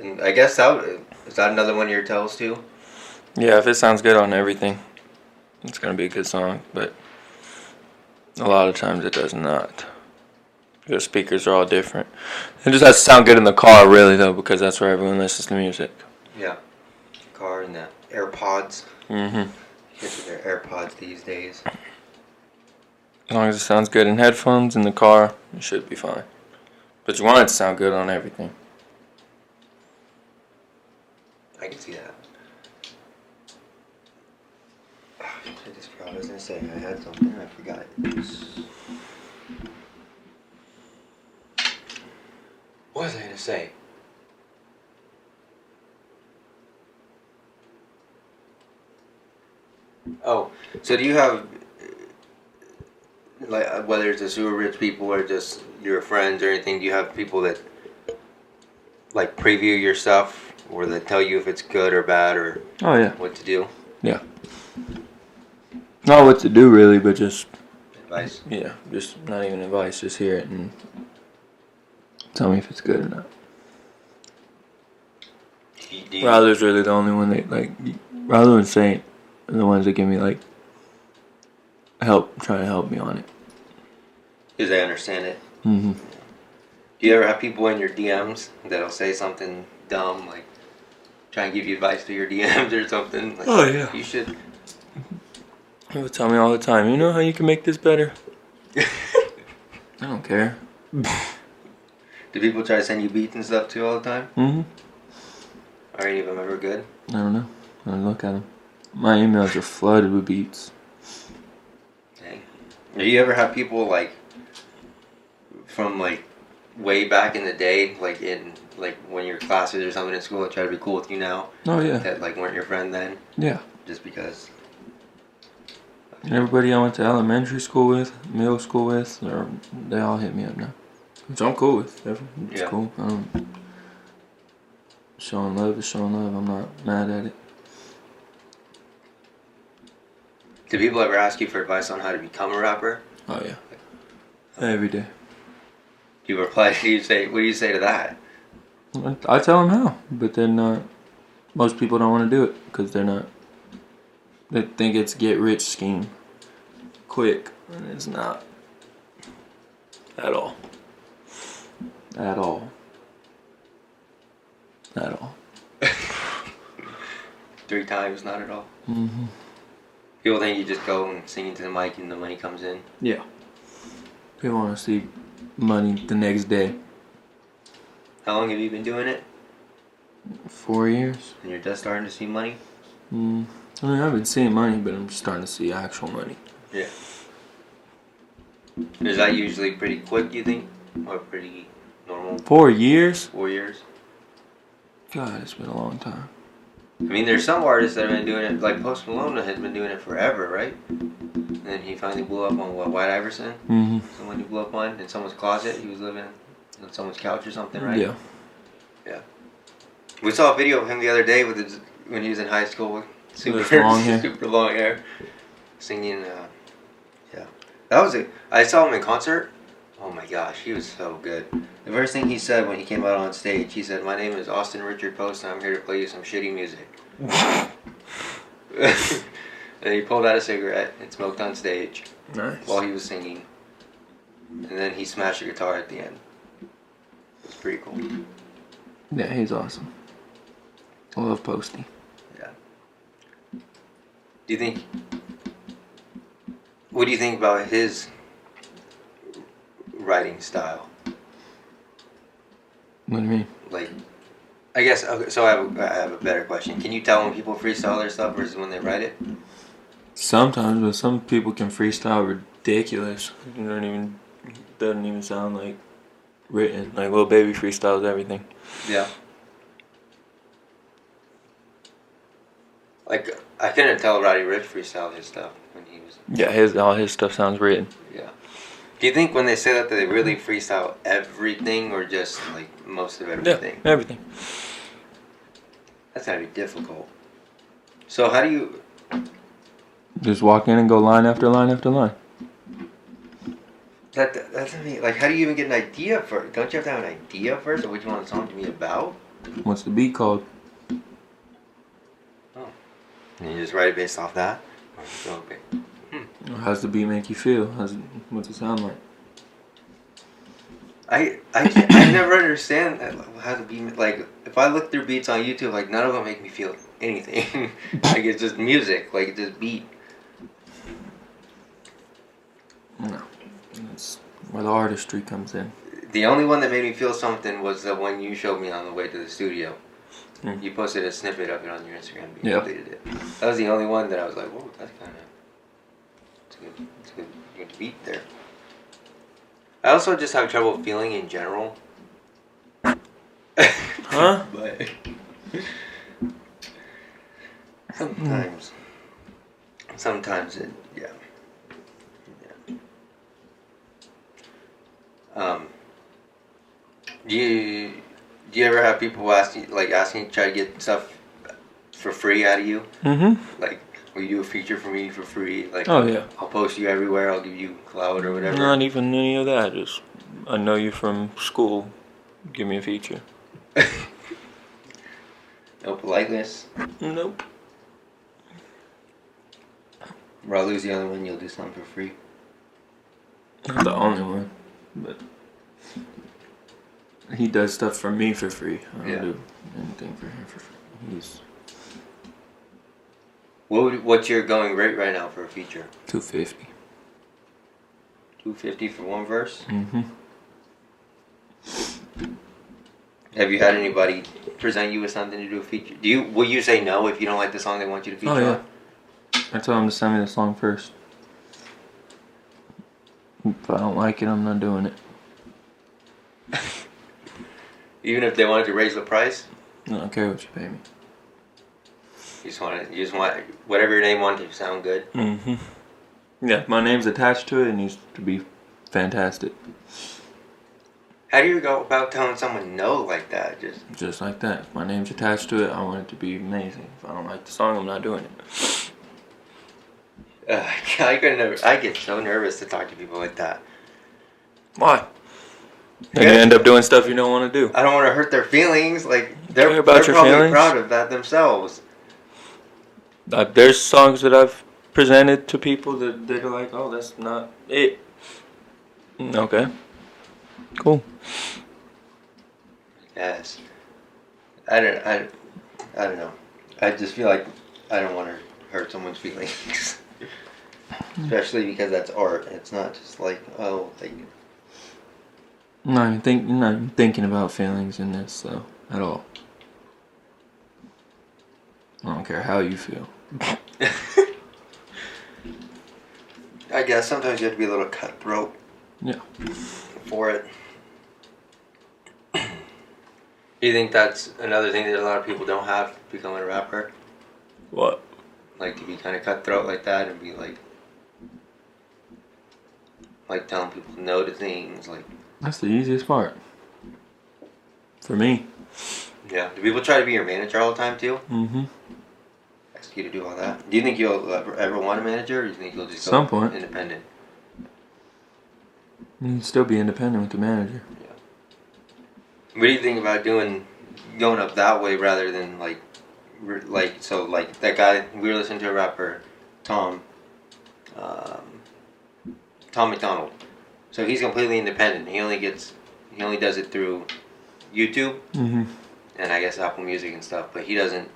Speaker 1: And I guess that would- is that another one of your tells too.
Speaker 2: Yeah, if it sounds good on everything, it's gonna be a good song. But a lot of times it does not. The speakers are all different. It just has to sound good in the car, really, though, because that's where everyone listens to music.
Speaker 1: Yeah, car and the AirPods.
Speaker 2: Mm-hmm.
Speaker 1: Kids with their AirPods these days.
Speaker 2: As long as it sounds good in headphones in the car, it should be fine. But you want it to sound good on everything.
Speaker 1: I can see that. Ah, I just forgot what I was gonna say. I had something and I forgot it. What was I gonna say? Oh, so do you have uh, like uh, whether it's the super rich people or just your friends or anything? Do you have people that like preview your stuff or they tell you if it's good or bad or
Speaker 2: Oh yeah.
Speaker 1: what to do?
Speaker 2: Not what to do really, but just
Speaker 1: Advice.
Speaker 2: yeah, just not even advice. Just hear it and tell me if it's good or not.
Speaker 1: Do you- do you-
Speaker 2: Ralu's really the only one that like Ralu and Saint are the ones that give me like help, try to help me on it.
Speaker 1: Because I understand it.
Speaker 2: Mm-hmm.
Speaker 1: Do you ever have people in your DMs that'll say something dumb, like try and give you advice through your [LAUGHS] DMs or something? Like,
Speaker 2: Oh, yeah.
Speaker 1: You should. [LAUGHS]
Speaker 2: He would tell me all the time. You know how you can make this better? I don't care.
Speaker 1: Do people try to send you beats and stuff too all the time?
Speaker 2: Mm-hmm.
Speaker 1: Are any of them ever good?
Speaker 2: I don't know. I don't look at them. My emails are flooded with beats.
Speaker 1: Dang. Do you ever have people like from like way back in the day, like in like when your classes or something in school, that try to be cool with you now
Speaker 2: Oh yeah,
Speaker 1: that like weren't your friend then,
Speaker 2: yeah.
Speaker 1: just because?
Speaker 2: And everybody I went to elementary school with, middle school with, they're, they all hit me up now. Which I'm cool with. Everything- It's
Speaker 1: Yeah.
Speaker 2: cool. I don't, showing love is showing love. I'm not mad at it.
Speaker 1: Do people ever ask you for advice on how to become a rapper?
Speaker 2: Oh yeah. Every day.
Speaker 1: Do you reply? [LAUGHS] Do you say? What do you say to that?
Speaker 2: I- I tell them how, but they're not. Most people don't want to do it because they're not. They think it's get rich scheme, quick, and it's not. At all. At all. At all.
Speaker 1: Three times, not at all.
Speaker 2: Mm-hmm.
Speaker 1: People think you just go and sing into the mic and the money comes in.
Speaker 2: Yeah. People want to see money the next day.
Speaker 1: How long have you been doing it?
Speaker 2: Four years.
Speaker 1: And you're just starting to see money?
Speaker 2: Mm. I mean, I've been seeing money, but I'm starting to see actual money.
Speaker 1: Yeah. Is that usually pretty quick, you think? Or pretty normal?
Speaker 2: Four years?
Speaker 1: Four years?
Speaker 2: God, it's been a long time.
Speaker 1: I mean, there's some artists that have been doing it, like Post Malone has been doing it forever, right? And then he finally blew up on what, White Iverson?
Speaker 2: Mm-hmm.
Speaker 1: Someone who blew up on in someone's closet. He was living on someone's couch or something, right?
Speaker 2: Yeah.
Speaker 1: We saw a video of him the other day with his, when he was in high school with
Speaker 2: With
Speaker 1: super
Speaker 2: long hair.
Speaker 1: [LAUGHS] super long hair, singing. Uh, yeah, that was it. I saw him in concert. Oh my gosh, he was so good. The first thing he said when he came out on stage, he said, "My name is Austin Richard Post, and I'm here to play you some shitty music." [LAUGHS]
Speaker 2: [LAUGHS]
Speaker 1: and he pulled out a cigarette and smoked on stage
Speaker 2: Nice.
Speaker 1: while he was singing, and then he smashed a guitar at the end. It was pretty cool.
Speaker 2: Yeah, he's awesome. I love posting.
Speaker 1: Do you think? What do you think about his writing style?
Speaker 2: What do you mean?
Speaker 1: Like, I guess. Okay, so I have, I have a better question. Can you tell when people freestyle their stuff versus when they write it?
Speaker 2: Sometimes, but some people can freestyle ridiculous. You don't even doesn't even sound like written. Like little baby freestyles everything.
Speaker 1: Yeah. Like I couldn't tell Roddy Rich freestyle his stuff when he was.
Speaker 2: Yeah, his all his stuff sounds written.
Speaker 1: Yeah. Do you think when they say that they really freestyle everything or just like most of everything?
Speaker 2: everything.
Speaker 1: That's gotta be difficult. So how do you?
Speaker 2: Just walk in and go line after line after line.
Speaker 1: That that- that's I mean, like how do you even get an idea for? Don't you have to have an idea first of what you want the song to be about?
Speaker 2: What's the beat called?
Speaker 1: And you just write it based off that. Oh, Okay.
Speaker 2: How's the beat make you feel? How's what's it sound like?
Speaker 1: I I can't, I never understand that, like, how the beat like if I look through beats on YouTube like none of them make me feel anything [LAUGHS] like it's just music like it's just beat
Speaker 2: No. That's where the artistry comes in.
Speaker 1: the only one that made me feel something was the one you showed me on the way to the studio
Speaker 2: Hmm.
Speaker 1: you posted a snippet of it on your Instagram you
Speaker 2: Yeah.
Speaker 1: updated it that was the only one that I was like whoa that's kind of it's a good it's a good, good beat there I also just have trouble feeling in general
Speaker 2: Huh?
Speaker 1: [LAUGHS] But sometimes, sometimes it, yeah. yeah. Um, do you do you ever have people asking like asking try to get stuff for free out of you?
Speaker 2: Mm-hmm.
Speaker 1: Like, will you do a feature for me for free? Like,
Speaker 2: Oh yeah.
Speaker 1: I'll post you everywhere. I'll give you cloud or whatever.
Speaker 2: Not even any of that. Just I know you from school. Give me a feature.
Speaker 1: no politeness.
Speaker 2: Nope.
Speaker 1: Or I'll lose the other one. You'll do something for free.
Speaker 2: Not the only one, but he does stuff for me for free. I don't
Speaker 1: Yeah.
Speaker 2: do anything for him for free. He's
Speaker 1: What would, what's your going rate right now for a feature?
Speaker 2: two fifty.
Speaker 1: Two fifty for one verse.
Speaker 2: Mm-hmm.
Speaker 1: Have you had anybody present you with something to do a feature? Do you will you say no if you don't like the song they want you to feature?
Speaker 2: Oh yeah.
Speaker 1: on?
Speaker 2: I told him to send me the song first. If I don't like it, I'm not doing it.
Speaker 1: Even if they wanted to raise the price,
Speaker 2: I don't care what you pay me.
Speaker 1: you just want to, you just want whatever your name wanted to sound good.
Speaker 2: Mm-hmm. Yeah, my name's attached to it. It needs to be fantastic,
Speaker 1: How do you go about telling someone no like that? Just
Speaker 2: just like that. If my name's attached to it, I want it to be amazing. If I don't like the song, I'm not doing it.
Speaker 1: uh, [LAUGHS] I could never. I get so nervous to talk to people like that.
Speaker 2: Why? And
Speaker 1: Yeah.
Speaker 2: you end up doing stuff you don't want to do.
Speaker 1: I don't want to hurt their feelings. Like they're,
Speaker 2: Care about
Speaker 1: they're
Speaker 2: your
Speaker 1: probably
Speaker 2: feelings?
Speaker 1: proud of that themselves.
Speaker 2: Uh, there's songs that I've presented to people that they're like, "Oh, that's not it." Mm, Okay. Cool.
Speaker 1: Yes. I don't. I. I don't know. I just feel like I don't want to hurt someone's feelings. [LAUGHS]
Speaker 4: especially because that's art. It's not just like oh, like
Speaker 2: I'm not even think, I'm not even thinking about feelings in this though at all. I don't care how you feel.
Speaker 4: [LAUGHS] I guess sometimes you have to be a little cutthroat.
Speaker 2: Yeah.
Speaker 4: For it,
Speaker 1: Do you think that's another thing that a lot of people don't have becoming a rapper?
Speaker 2: What?
Speaker 1: Like to be kind of cutthroat like that and be like, like telling people no to things. Like,
Speaker 2: That's the easiest part. For me.
Speaker 1: yeah. Do people try to be your manager all the time too?
Speaker 2: Mm-hmm.
Speaker 1: Ask you to do all that. Do you think you'll ever, ever want a manager, or do you think you'll just
Speaker 2: Some
Speaker 1: go
Speaker 2: point.
Speaker 1: independent?
Speaker 2: You can still be independent with the manager.
Speaker 1: What do you think about doing going up that way rather than like re- like so like that guy we were listening to a rapper Tom um, Tom McDonald. So he's completely independent. He only gets he only does it through YouTube
Speaker 2: Mm-hmm.
Speaker 1: and I guess Apple Music and stuff, but he doesn't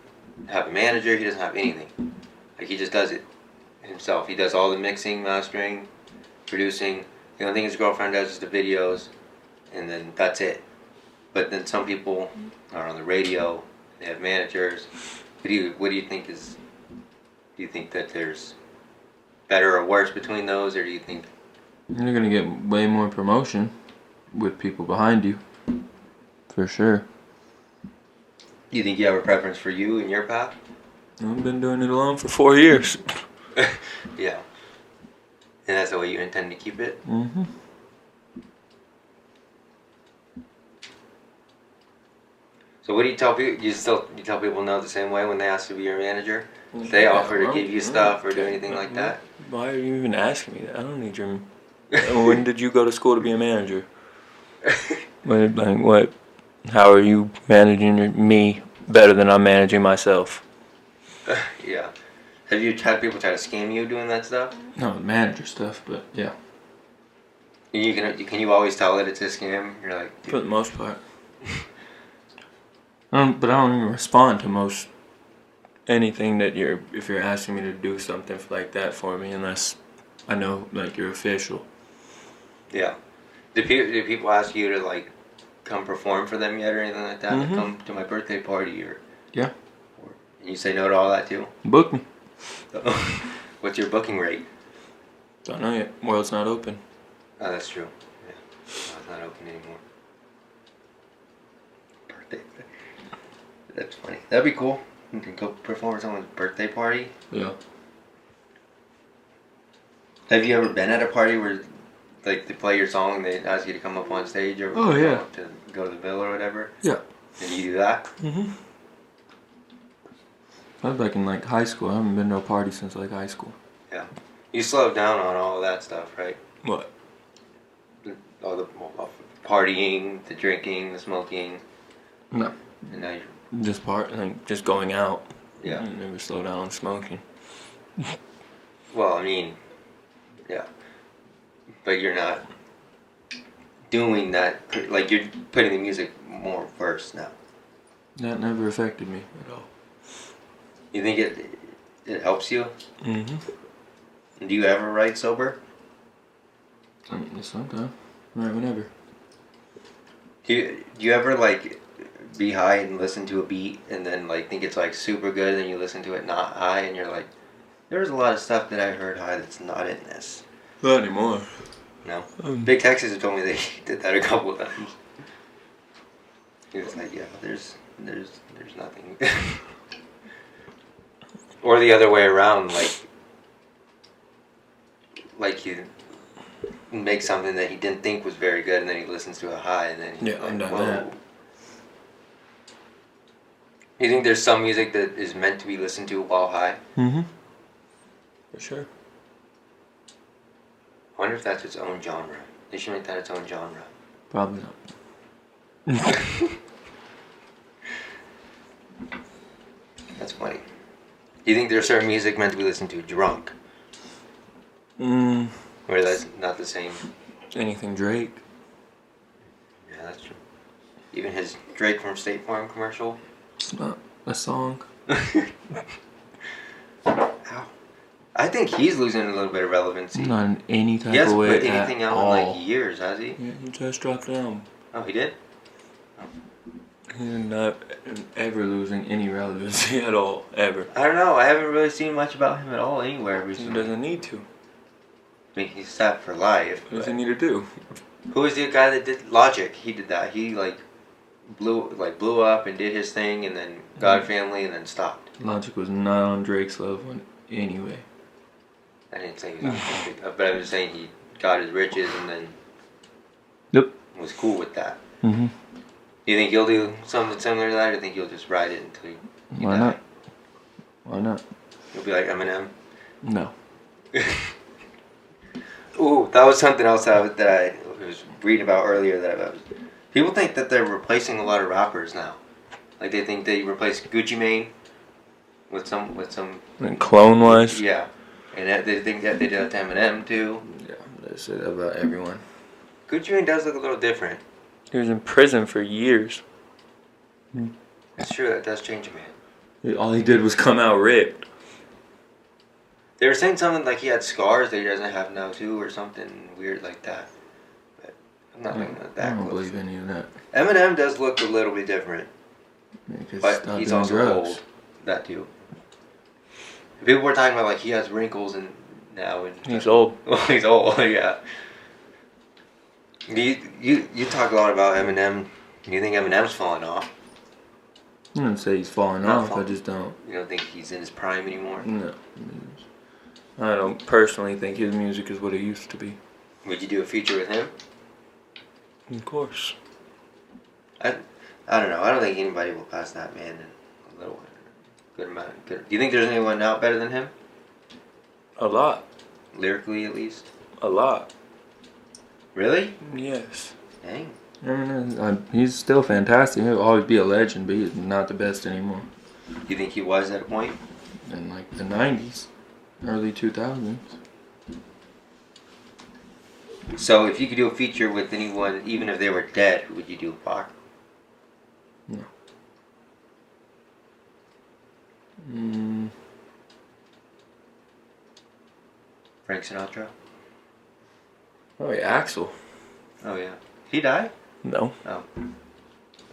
Speaker 1: have a manager, he doesn't have anything. Like he just does it himself. He does all the mixing, mastering, producing. The only thing his girlfriend does is the videos and then that's it. But then some people are on the radio, they have managers. What do you what do you think is do you think that there's better or worse between those or do you think
Speaker 2: You're gonna get way more promotion with people behind you. For sure.
Speaker 1: do you think you have a preference for you and your path?
Speaker 2: I've been doing it alone for four years.
Speaker 1: Yeah. And that's the way you intend to keep it?
Speaker 2: Mm-hmm.
Speaker 1: So what do you tell people? You still you tell people no the same way when they ask to be your manager? If they offer to give you stuff or do anything like that?
Speaker 2: Why are you even asking me that? I don't need your. Oh, when did you go to school to be a manager? What, like what? How are you managing your, me better than I'm managing myself?
Speaker 1: [LAUGHS] yeah. Have you had people try to scam you doing that stuff?
Speaker 2: No, manager stuff, but yeah,
Speaker 1: And You can can you always tell that it's a scam? You're like,
Speaker 2: for
Speaker 1: dude,
Speaker 2: the most part. [LAUGHS] um, but I don't even respond to most anything that you're if you're asking me to do something like that for me unless I know like you're official.
Speaker 1: yeah. Do people do people ask you to like come perform for them yet or anything like that? Like,
Speaker 2: Mhm.
Speaker 1: come to my birthday party or
Speaker 2: Yeah.
Speaker 1: Or, and you say no to all that too. [LAUGHS]
Speaker 2: Book me.
Speaker 1: What's your booking rate?
Speaker 2: Don't know yet. World's not open.
Speaker 1: Oh, that's true. Yeah. Oh, it's not open anymore.
Speaker 4: birthday. That's funny. That'd be cool. You can go perform at someone's birthday party.
Speaker 2: Yeah.
Speaker 4: Have you ever been at a party where
Speaker 1: Where like they play your song and they ask you to come up on stage or
Speaker 2: Oh, yeah.
Speaker 1: to go to the bill or whatever.
Speaker 2: Yeah.
Speaker 1: And you do that?
Speaker 2: Mhm. I was back in like high school. I haven't been to a party since like high school.
Speaker 1: You slow down on all that stuff, right?
Speaker 2: What?
Speaker 1: All the all the partying, the drinking, the smoking,
Speaker 2: No.
Speaker 1: and now you're
Speaker 2: Just part like just going out.
Speaker 1: yeah.
Speaker 2: I never slow down on smoking.
Speaker 1: Well, I mean, yeah, but you're not doing that. Like you're putting the music more first now.
Speaker 2: That never affected me at all.
Speaker 1: You think it it helps you?
Speaker 2: Mhm.
Speaker 1: Do you ever write sober?
Speaker 2: I mean, it's sometime. Right. Whenever.
Speaker 1: Do you, do you ever like be high and listen to a beat and then like think it's like super good and then you listen to it not high and you're like, there's a lot of stuff that I heard high that's not in this.
Speaker 2: Not anymore.
Speaker 1: No.
Speaker 2: Um,
Speaker 1: Big Texas has told me they did that a couple of times. He was like, yeah, there's, there's, there's nothing. [LAUGHS] or the other way around, like, like you make something that he didn't think was very good, and then he listens to a high, and then he's
Speaker 2: Yeah,
Speaker 1: like,
Speaker 2: I've done
Speaker 1: whoa.
Speaker 2: that.
Speaker 1: You think there's some music that is meant to be listened to while high?
Speaker 2: Mhm. For sure.
Speaker 1: I wonder if that's its own genre. They should make that its own genre.
Speaker 2: Probably not. [LAUGHS]
Speaker 1: That's funny. Do you think there's certain music meant to be listened to drunk?
Speaker 2: Mm.
Speaker 1: Where that's not the same.
Speaker 2: Anything Drake.
Speaker 1: Yeah, that's true. Even his Drake from State Farm commercial. [LAUGHS]
Speaker 2: It's not a song.
Speaker 1: Ow. I think he's losing a little bit of relevancy.
Speaker 2: Not in any type
Speaker 1: he
Speaker 2: of
Speaker 1: hasn't
Speaker 2: way
Speaker 1: put
Speaker 2: at
Speaker 1: anything out
Speaker 2: all.
Speaker 1: in like years, has he?
Speaker 2: yeah, he just dropped down.
Speaker 1: Oh, he did.
Speaker 2: He's not ever losing any relevancy [LAUGHS] at all, ever.
Speaker 1: I don't know. I haven't really seen much about him at all anywhere
Speaker 2: He
Speaker 1: recently.
Speaker 2: doesn't need to.
Speaker 1: I mean, he's set for life.
Speaker 2: He
Speaker 1: but-
Speaker 2: doesn't need to do.
Speaker 1: Who was the guy that did Logic? He did that. He like blew like blew up and did his thing, and then
Speaker 2: Mm-hmm.
Speaker 1: got a family, and then stopped.
Speaker 2: Logic was not on Drake's level in any way.
Speaker 1: I didn't say he was,
Speaker 2: [SIGHS]
Speaker 1: autistic, but I'm just saying he got his riches and then
Speaker 2: Yep.
Speaker 1: was cool with that.
Speaker 2: Mm-hmm.
Speaker 1: Do you think he'll do something similar to that, or think he'll just ride it until he, he
Speaker 2: Why
Speaker 1: die?
Speaker 2: not? Why not?
Speaker 1: He'll be like Eminem. [LAUGHS]
Speaker 2: No.
Speaker 1: Ooh, that was something else that I, was- that I was reading about earlier. That I was, people think that they're replacing a lot of rappers now. Like they think they replace Gucci Mane with some with some
Speaker 2: And clone wise.
Speaker 1: yeah, and that, they think that they did it to Eminem too.
Speaker 2: Yeah, they say that about everyone.
Speaker 1: Gucci Mane does look a little different.
Speaker 2: He was in prison for years.
Speaker 1: It's true that does change a man.
Speaker 2: All he did was come out ripped.
Speaker 1: They were saying something like he had scars that he doesn't have now too, or something weird like that. But I'm not looking at
Speaker 2: I
Speaker 1: that
Speaker 2: don't
Speaker 1: close.
Speaker 2: believe any of that.
Speaker 1: Eminem does look a little bit different.
Speaker 2: Because
Speaker 1: But he's also old. That too. People were talking about like he has wrinkles and now and
Speaker 2: He's old.
Speaker 1: Well, [LAUGHS] he's old. Yeah. You you you talk a lot about Eminem. Do you think Eminem's falling off?
Speaker 2: I don't say he's falling
Speaker 1: Not
Speaker 2: off.
Speaker 1: falling.
Speaker 2: I just don't.
Speaker 1: You don't think he's in his prime anymore?
Speaker 2: No. I don't personally think his music is what it used to be.
Speaker 1: Would you do a feature with him?
Speaker 2: Of course.
Speaker 1: I don't know. I don't think anybody will pass that man in a little good amount. Good. Do you think there's anyone out better than him
Speaker 2: A lot.
Speaker 1: lyrically at least?
Speaker 2: A lot.
Speaker 1: Really?
Speaker 2: Yes.
Speaker 1: Dang.
Speaker 2: I mean, uh, he's still fantastic. He'll always be a legend, but he's not the best anymore.
Speaker 1: You think he was at a point?
Speaker 2: In like the 90s, early 2000s.
Speaker 1: So if you could do a feature with anyone, even if they were dead, who would you do? Pac.
Speaker 2: Mm,
Speaker 1: Frank Sinatra.
Speaker 2: probably Axel.
Speaker 1: Oh yeah. He died.
Speaker 2: No.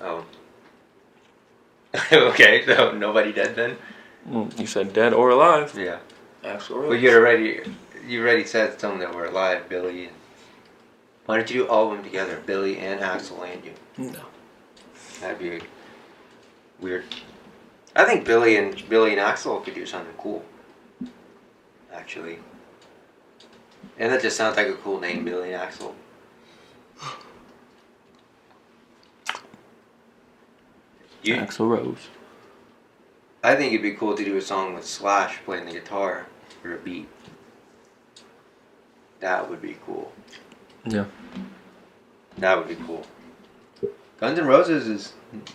Speaker 1: Oh. [LAUGHS] okay, so nobody dead then.
Speaker 2: Mm, You said dead or alive.
Speaker 1: Yeah.
Speaker 2: Axel
Speaker 1: Well, you already you already said some that were alive, Billy. And, why don't you do all of them together, Billy and Axel and you?
Speaker 2: No.
Speaker 1: That'd be weird. I think Billy and Billy and Axel could do something cool. Actually. And that just sounds like a cool name, Billy and Axel. You,
Speaker 2: Axel Rose.
Speaker 1: I think it'd be cool to do a song with Slash playing the guitar or a beat. That would be cool.
Speaker 2: Yeah.
Speaker 1: That would be cool.
Speaker 4: Guns N' Roses is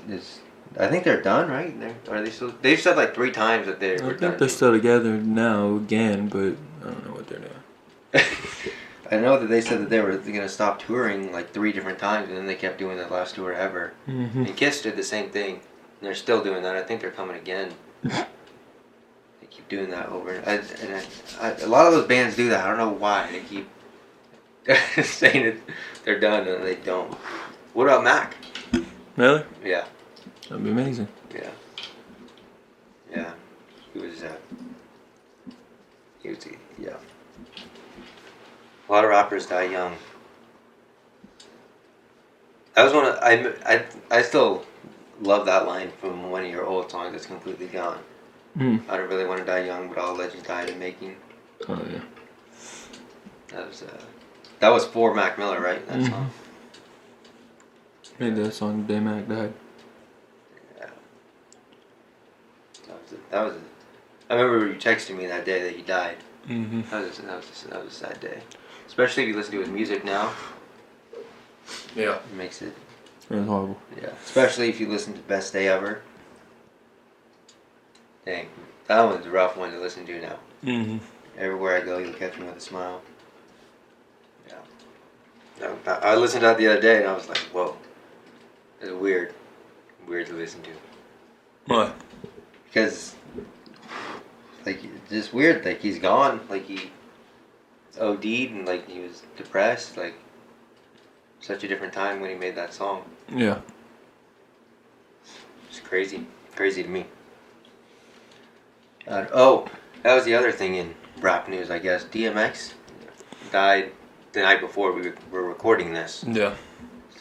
Speaker 4: is
Speaker 1: I think they're done, right? They're, are they still? They've said like three times that they
Speaker 2: I
Speaker 1: were
Speaker 2: think
Speaker 1: done.
Speaker 2: they're still together now again, but I don't know what they're doing.
Speaker 1: [LAUGHS] I know that they said that they were going to stop touring like three different times, and then they kept doing that last tour ever.
Speaker 2: Mm-hmm.
Speaker 1: And Kiss did the same thing. And they're still doing that. I think they're coming again. they keep doing that over. I, and I, I, a lot of those bands do that. I don't know why they keep [LAUGHS] saying that they're done and they don't. What about Mac?
Speaker 2: Really?
Speaker 1: Yeah,
Speaker 2: That'd be amazing.
Speaker 1: yeah, yeah. He was. Uh, he was. Yeah. A lot of rappers die young. That was one of I, I, I still love that line from one of your old songs that's completely gone.
Speaker 2: Mm.
Speaker 1: I don't really want to die young, but all legends die in the making.
Speaker 2: Oh yeah.
Speaker 1: That was uh, that was for Mac Miller, right? That
Speaker 2: Mhm.
Speaker 1: song.
Speaker 2: Made that song the day Mac died.
Speaker 1: That was a, that was. A, I remember you texting me that day that he died.
Speaker 2: Mm-hmm.
Speaker 1: That was a, that was a, that was a sad day. Especially if you listen to his music now,
Speaker 2: Yeah.
Speaker 1: it makes it
Speaker 2: It was horrible.
Speaker 1: yeah. Especially if you listen to Best Day Ever. Dang, that one's a rough one to listen to now.
Speaker 2: Mm-hmm.
Speaker 1: Everywhere I go, you'll catch me with a smile. Yeah. That- that- I listened to that the other day and I was like, whoa. It's weird. Weird to listen to.
Speaker 2: What?
Speaker 1: Because, like, ju- just weird. Like he's gone. Like he OD'd and like he was depressed. Like such a different time when he made that song.
Speaker 2: Yeah.
Speaker 1: It's crazy, crazy to me. Uh, oh, that was the other thing in rap news, I guess. DMX died the night before we were recording this.
Speaker 2: Yeah.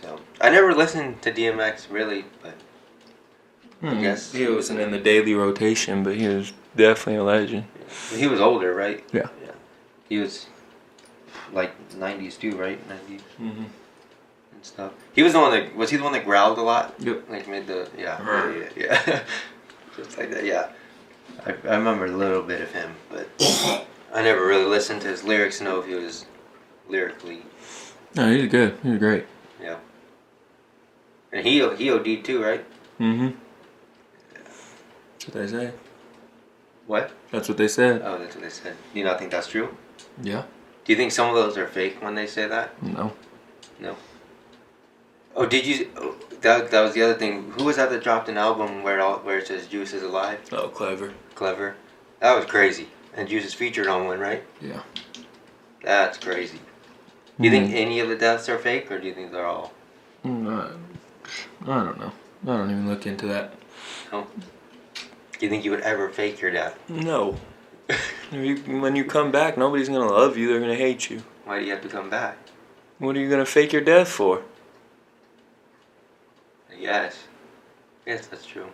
Speaker 1: So I never listened to DMX really, but
Speaker 2: Hmm.
Speaker 1: guess.
Speaker 2: He wasn't in the daily rotation, but he was definitely a legend.
Speaker 1: he was older, right?
Speaker 2: Yeah.
Speaker 1: Yeah. He was like '90s too, right? '90s
Speaker 2: Mm-hmm.
Speaker 1: and stuff. He was the one that was he the one that growled a lot.
Speaker 2: Yep.
Speaker 1: Like made the yeah
Speaker 2: Grr.
Speaker 1: yeah yeah, yeah. [LAUGHS] just like that yeah. I, I remember a little bit of him, but [COUGHS] I never really listened to his lyrics. to Know if he was lyrically
Speaker 2: No, he's good. He's great.
Speaker 1: yeah. And he he OD'd too, right?
Speaker 2: Mm-hmm. That's what they say.
Speaker 1: What?
Speaker 2: That's what they said.
Speaker 1: Oh, that's what they said. Do you not think that's true?
Speaker 2: Yeah.
Speaker 1: Do you think some of those are fake when they say that?
Speaker 2: No.
Speaker 1: Oh, did you? Oh, that that was the other thing. Who was that that dropped an album where it all where it says Juice is alive?
Speaker 2: Oh, clever.
Speaker 1: Clever. That was crazy. And Juice is featured on one, right?
Speaker 2: Yeah.
Speaker 1: That's crazy. Do you
Speaker 2: Mm-hmm. Hmm.
Speaker 1: think any of the deaths are fake, or do you think they're all?
Speaker 2: Mm, I I don't know. I don't even look into that.
Speaker 1: Do you think you would ever fake your death?
Speaker 2: No. when you come back, nobody's gonna love you. They're gonna hate you.
Speaker 1: Why do you have to come back?
Speaker 2: What are you gonna fake your death for?
Speaker 1: Yes. Yes, that's true.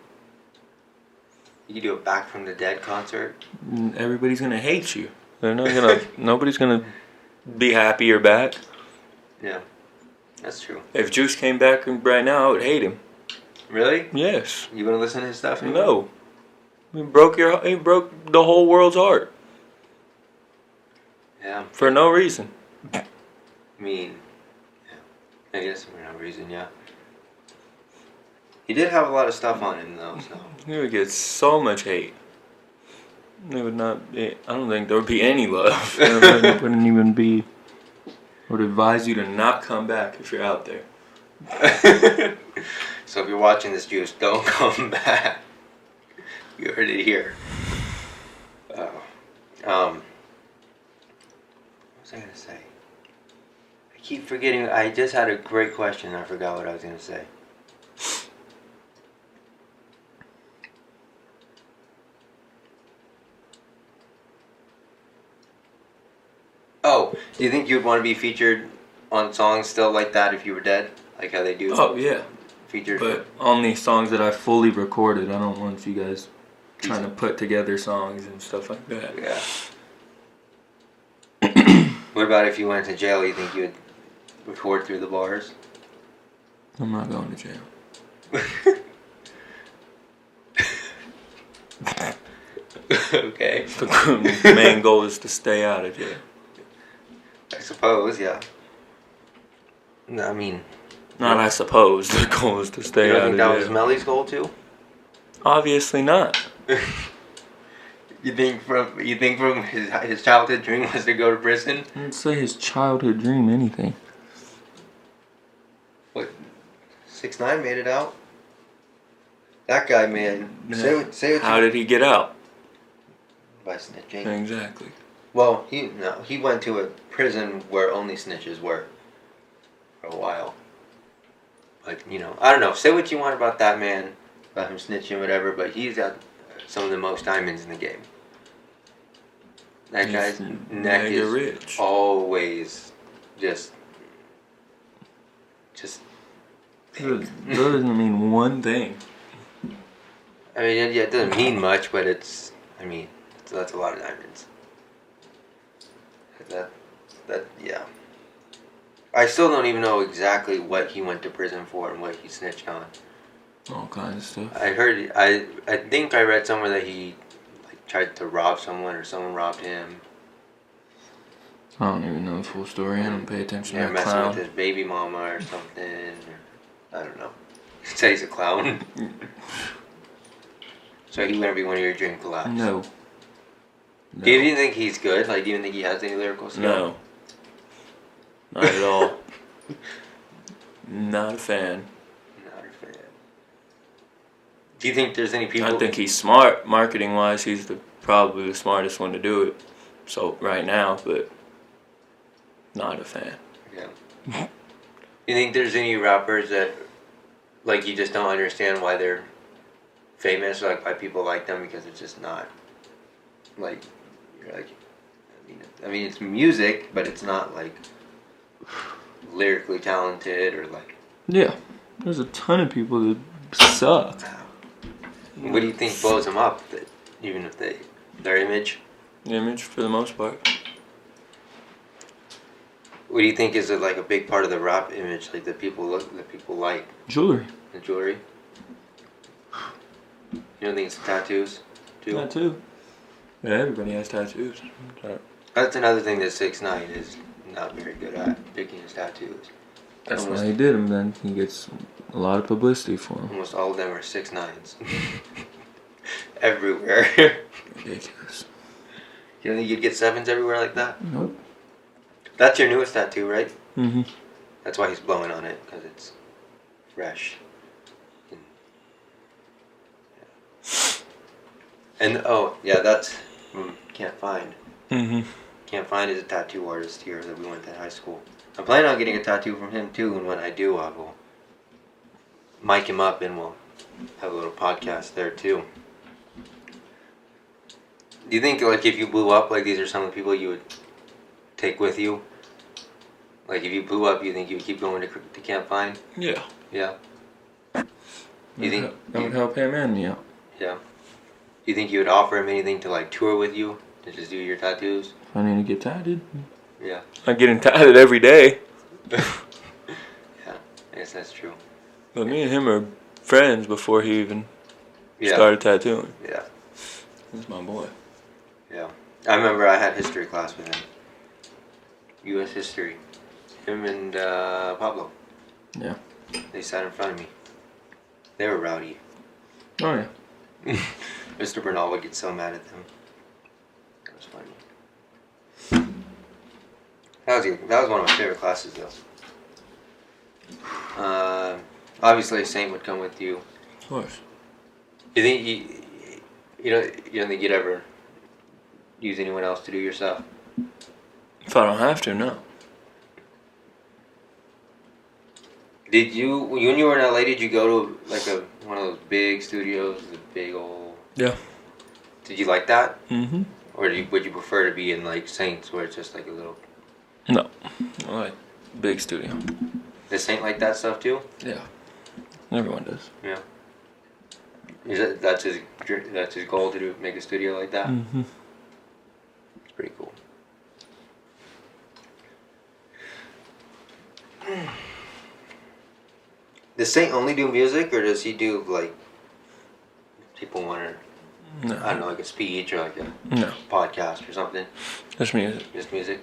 Speaker 1: You could do a Back from the Dead concert.
Speaker 2: Everybody's gonna hate you. They're not [LAUGHS] gonna. nobody's gonna be happy you're back.
Speaker 1: Yeah. That's true.
Speaker 2: If Juice came back right now, I would hate him.
Speaker 1: Really?
Speaker 2: Yes.
Speaker 1: You want to listen to his stuff? anymore?
Speaker 2: No. He broke your. He broke the whole world's heart
Speaker 1: Yeah.
Speaker 2: for no reason.
Speaker 1: I mean, yeah. I guess for no reason, yeah. He did have a lot of stuff on him, though, so.
Speaker 2: He would get so much hate. There would not be. I don't think there would be any love. [LAUGHS] There wouldn't- wouldn't even be. I would advise you to not come back if you're out there.
Speaker 1: so if you're watching this, Juice, don't [LAUGHS] come back. You heard it here. Uh, um, what was I gonna say? I keep forgetting. I just had a great question. I forgot what I was gonna say. Oh, do you think you'd want to be featured on songs still like that if you were dead, like how they do?
Speaker 2: Oh yeah,
Speaker 1: featured.
Speaker 2: but on these songs that I fully recorded, I don't want you guys trying to put together songs and stuff like that.
Speaker 1: yeah.
Speaker 2: [CLEARS THROAT]
Speaker 1: what about if you went to jail? You think you'd record through the bars? [LAUGHS]
Speaker 2: I'm not going to jail.
Speaker 1: okay.
Speaker 2: The [LAUGHS] main goal is to stay out of jail.
Speaker 1: I suppose, yeah. No, I mean,
Speaker 2: Not I suppose the goal is to stay
Speaker 1: you don't
Speaker 2: out
Speaker 1: think
Speaker 2: of
Speaker 1: that
Speaker 2: jail.
Speaker 1: was Melly's goal too? [LAUGHS]
Speaker 2: Obviously not.
Speaker 1: You think from you think from his his childhood dream was to go to prison?
Speaker 2: I didn't say his childhood dream anything.
Speaker 1: Six nine made it out. That guy, man. Say what, say what
Speaker 2: How
Speaker 1: you
Speaker 2: did he get out?
Speaker 1: by snitching.
Speaker 2: Exactly.
Speaker 1: Well, he no, he went to a prison where only snitches were for a while. But you know, I don't know. Say what you want about that man, about him snitching, whatever. But he's got some of the most diamonds in the game. That guy's
Speaker 2: He's
Speaker 1: neck
Speaker 2: mega
Speaker 1: is
Speaker 2: rich.
Speaker 1: always just, just. [LAUGHS]
Speaker 2: That doesn't mean one thing.
Speaker 1: I mean, it, yeah, it doesn't mean much, but it's. I mean, it's, that's a lot of diamonds. That, that, yeah. I still don't even know exactly what he went to prison for and what he snitched on.
Speaker 2: All kinds of stuff.
Speaker 1: I heard, I, I think I read somewhere that he like tried to rob someone or someone robbed him.
Speaker 2: I don't even know the full story. I don't pay attention
Speaker 1: Or
Speaker 2: to that
Speaker 1: messing with
Speaker 2: clown.
Speaker 1: his baby mama or something. Or, I don't know. [LAUGHS] Say he's a clown.
Speaker 2: [LAUGHS]
Speaker 1: so he wouldn't be one of your dream collabs.
Speaker 2: No.
Speaker 1: Do you
Speaker 2: No.
Speaker 1: even think he's good? Like, do you even think he has any lyrical skill?
Speaker 2: No. Not at all. [LAUGHS] Not a fan.
Speaker 1: [LAUGHS] Not a fan. Do you think there's any people?
Speaker 2: I think he's smart marketing wise. He's the
Speaker 5: probably the smartest one to do it. So right now, but not a fan.
Speaker 1: Yeah. you think there's any rappers that, like, you just don't understand why they're famous, like why people like them because it's just not, like, you're like, I mean, I mean it's music, but it's not like lyrically talented or like.
Speaker 5: Yeah, there's a ton of people that suck.
Speaker 1: What do you think blows them up? That even if they, their image.
Speaker 5: Image for the most part.
Speaker 1: What do you think is like a big part of the rap image, like that people look, that people like
Speaker 5: Jewelry.
Speaker 1: the jewelry? You don't think it's tattoos, too?
Speaker 5: That too. Yeah, everybody has tattoos.
Speaker 1: That's another thing that six nine is not very good at picking his tattoos.
Speaker 2: That's
Speaker 1: almost,
Speaker 2: why he did him. Then he gets a lot of publicity for him.
Speaker 1: almost all of them are six nines. [LAUGHS] everywhere. [LAUGHS]
Speaker 5: Ridiculous.
Speaker 1: you don't think you'd get sevens everywhere like that?
Speaker 2: Nope.
Speaker 1: That's your newest tattoo, right?
Speaker 5: Mm-hmm.
Speaker 1: That's why he's blowing on it because it's fresh. And oh yeah, that's hmm, can't find.
Speaker 5: Mm-hmm.
Speaker 1: Can't find is a tattoo artist here that we went to high school. I'm planning on getting a tattoo from him too, and when I do, I will mic him up and we'll have a little podcast there too. Do you think like if you blew up, like these are some of the people you would take with you? Like if you blew up, you think you would keep going to, to Camp Fine?
Speaker 5: Yeah.
Speaker 1: Yeah. You think
Speaker 2: that would help him and me out?
Speaker 1: yeah. You think you would offer him anything to like tour with you to just do your tattoos?
Speaker 2: If I need to get tatted,
Speaker 1: Yeah.
Speaker 5: I'm getting tatted every day.
Speaker 1: Yeah, I guess that's true.
Speaker 5: But me and him are friends before he even
Speaker 1: Yeah.
Speaker 5: started tattooing.
Speaker 1: Yeah.
Speaker 5: That's my boy.
Speaker 1: Yeah. I remember I had history class with him. U.S. history. Him and uh, Pablo.
Speaker 2: Yeah.
Speaker 1: They sat in front of me. They were rowdy. [LAUGHS]
Speaker 2: oh yeah,
Speaker 1: Mr. Bernal would get so mad at them. That was funny. That was, good. that was one of my favorite classes, though. Uh, obviously, Saint would come with you.
Speaker 5: Of course.
Speaker 1: You think you, you don't, you don't think you'd ever use anyone else to do your stuff?
Speaker 5: If I don't have to, no.
Speaker 1: Did you when you were in LA? Did you go to like a one of those big studios, the big old?
Speaker 5: Yeah.
Speaker 1: Did you like that,
Speaker 5: Mm-hmm.
Speaker 1: or do you, would you prefer to be in like Saints, where it's just like a little?
Speaker 5: No. I like big studio.
Speaker 1: Does Saint like that stuff too?
Speaker 5: Yeah. Everyone does.
Speaker 1: Is that that's his dr- that's his goal to do make a studio like
Speaker 2: Mm.
Speaker 1: that?
Speaker 5: Mm-hmm.
Speaker 1: It's pretty cool. [SIGHS] Does Saint only do music, or does he do like people want to?
Speaker 5: No.
Speaker 1: I don't know, like a speech or like a
Speaker 5: No.
Speaker 1: podcast or something.
Speaker 5: That's music.
Speaker 1: Just music.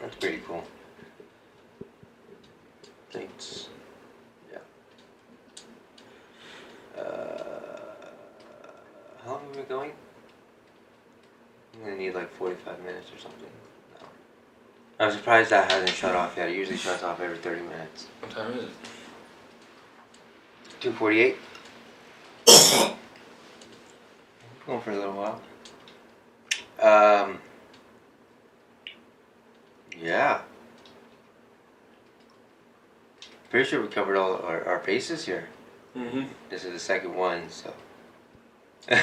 Speaker 1: That's pretty cool. Thanks. Yeah. Uh, how long have we been going? I'm gonna need like 45 minutes or something. No. I'm surprised that hasn't shut off yet. It usually shuts off every 30 minutes.
Speaker 5: What time is it?
Speaker 1: 248? [COUGHS] Going for a little while. Um, yeah. Pretty sure we covered all our, our bases here.
Speaker 5: Mm-hmm.
Speaker 1: This is the second one, so. [LAUGHS]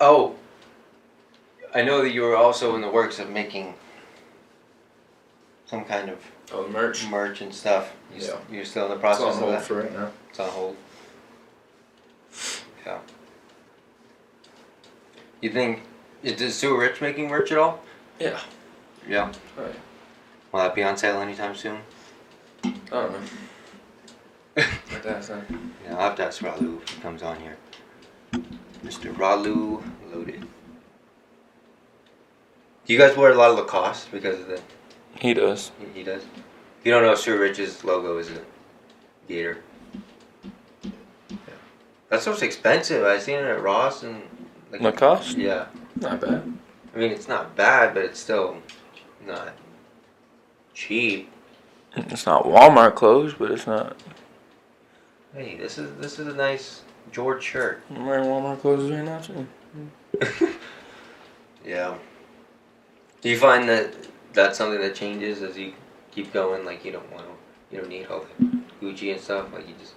Speaker 1: oh, I know that you were also in the works of making some kind of
Speaker 2: oh merch.
Speaker 1: merch and stuff. You s-
Speaker 2: Yeah.
Speaker 1: You're still in the
Speaker 2: It's
Speaker 1: process
Speaker 2: on
Speaker 1: of
Speaker 2: hold
Speaker 1: that?
Speaker 2: for right now.
Speaker 1: It's on hold. Yeah. You think is does Sue Rich making merch at all?
Speaker 2: Yeah.
Speaker 1: Yeah.
Speaker 2: Oh, yeah.
Speaker 1: Will that be on sale anytime soon?
Speaker 2: I
Speaker 1: [LAUGHS]
Speaker 2: don't know.
Speaker 1: yeah,
Speaker 2: Like that, son.
Speaker 1: I'll have to ask Ralu if he comes on here. Mr. Ralu loaded. Do you guys wear a lot of Lacoste because of the
Speaker 5: He does.
Speaker 1: he- he does? If you don't know Sue Rich's logo is a gator. Yeah. That stuff's expensive. I seen it at Ross and like
Speaker 5: Lacoste?
Speaker 1: Yeah.
Speaker 2: Not bad.
Speaker 1: I mean, it's not bad, but it's still not cheap.
Speaker 5: It's not Walmart clothes, but it's not.
Speaker 1: Hey, this is this is a nice George shirt. [LAUGHS]
Speaker 2: I'm wearing Walmart clothes right now too.
Speaker 1: Yeah. Do you find that that's something that changes as you keep going? Like you don't want to, you don't need all the Gucci and stuff. Like you just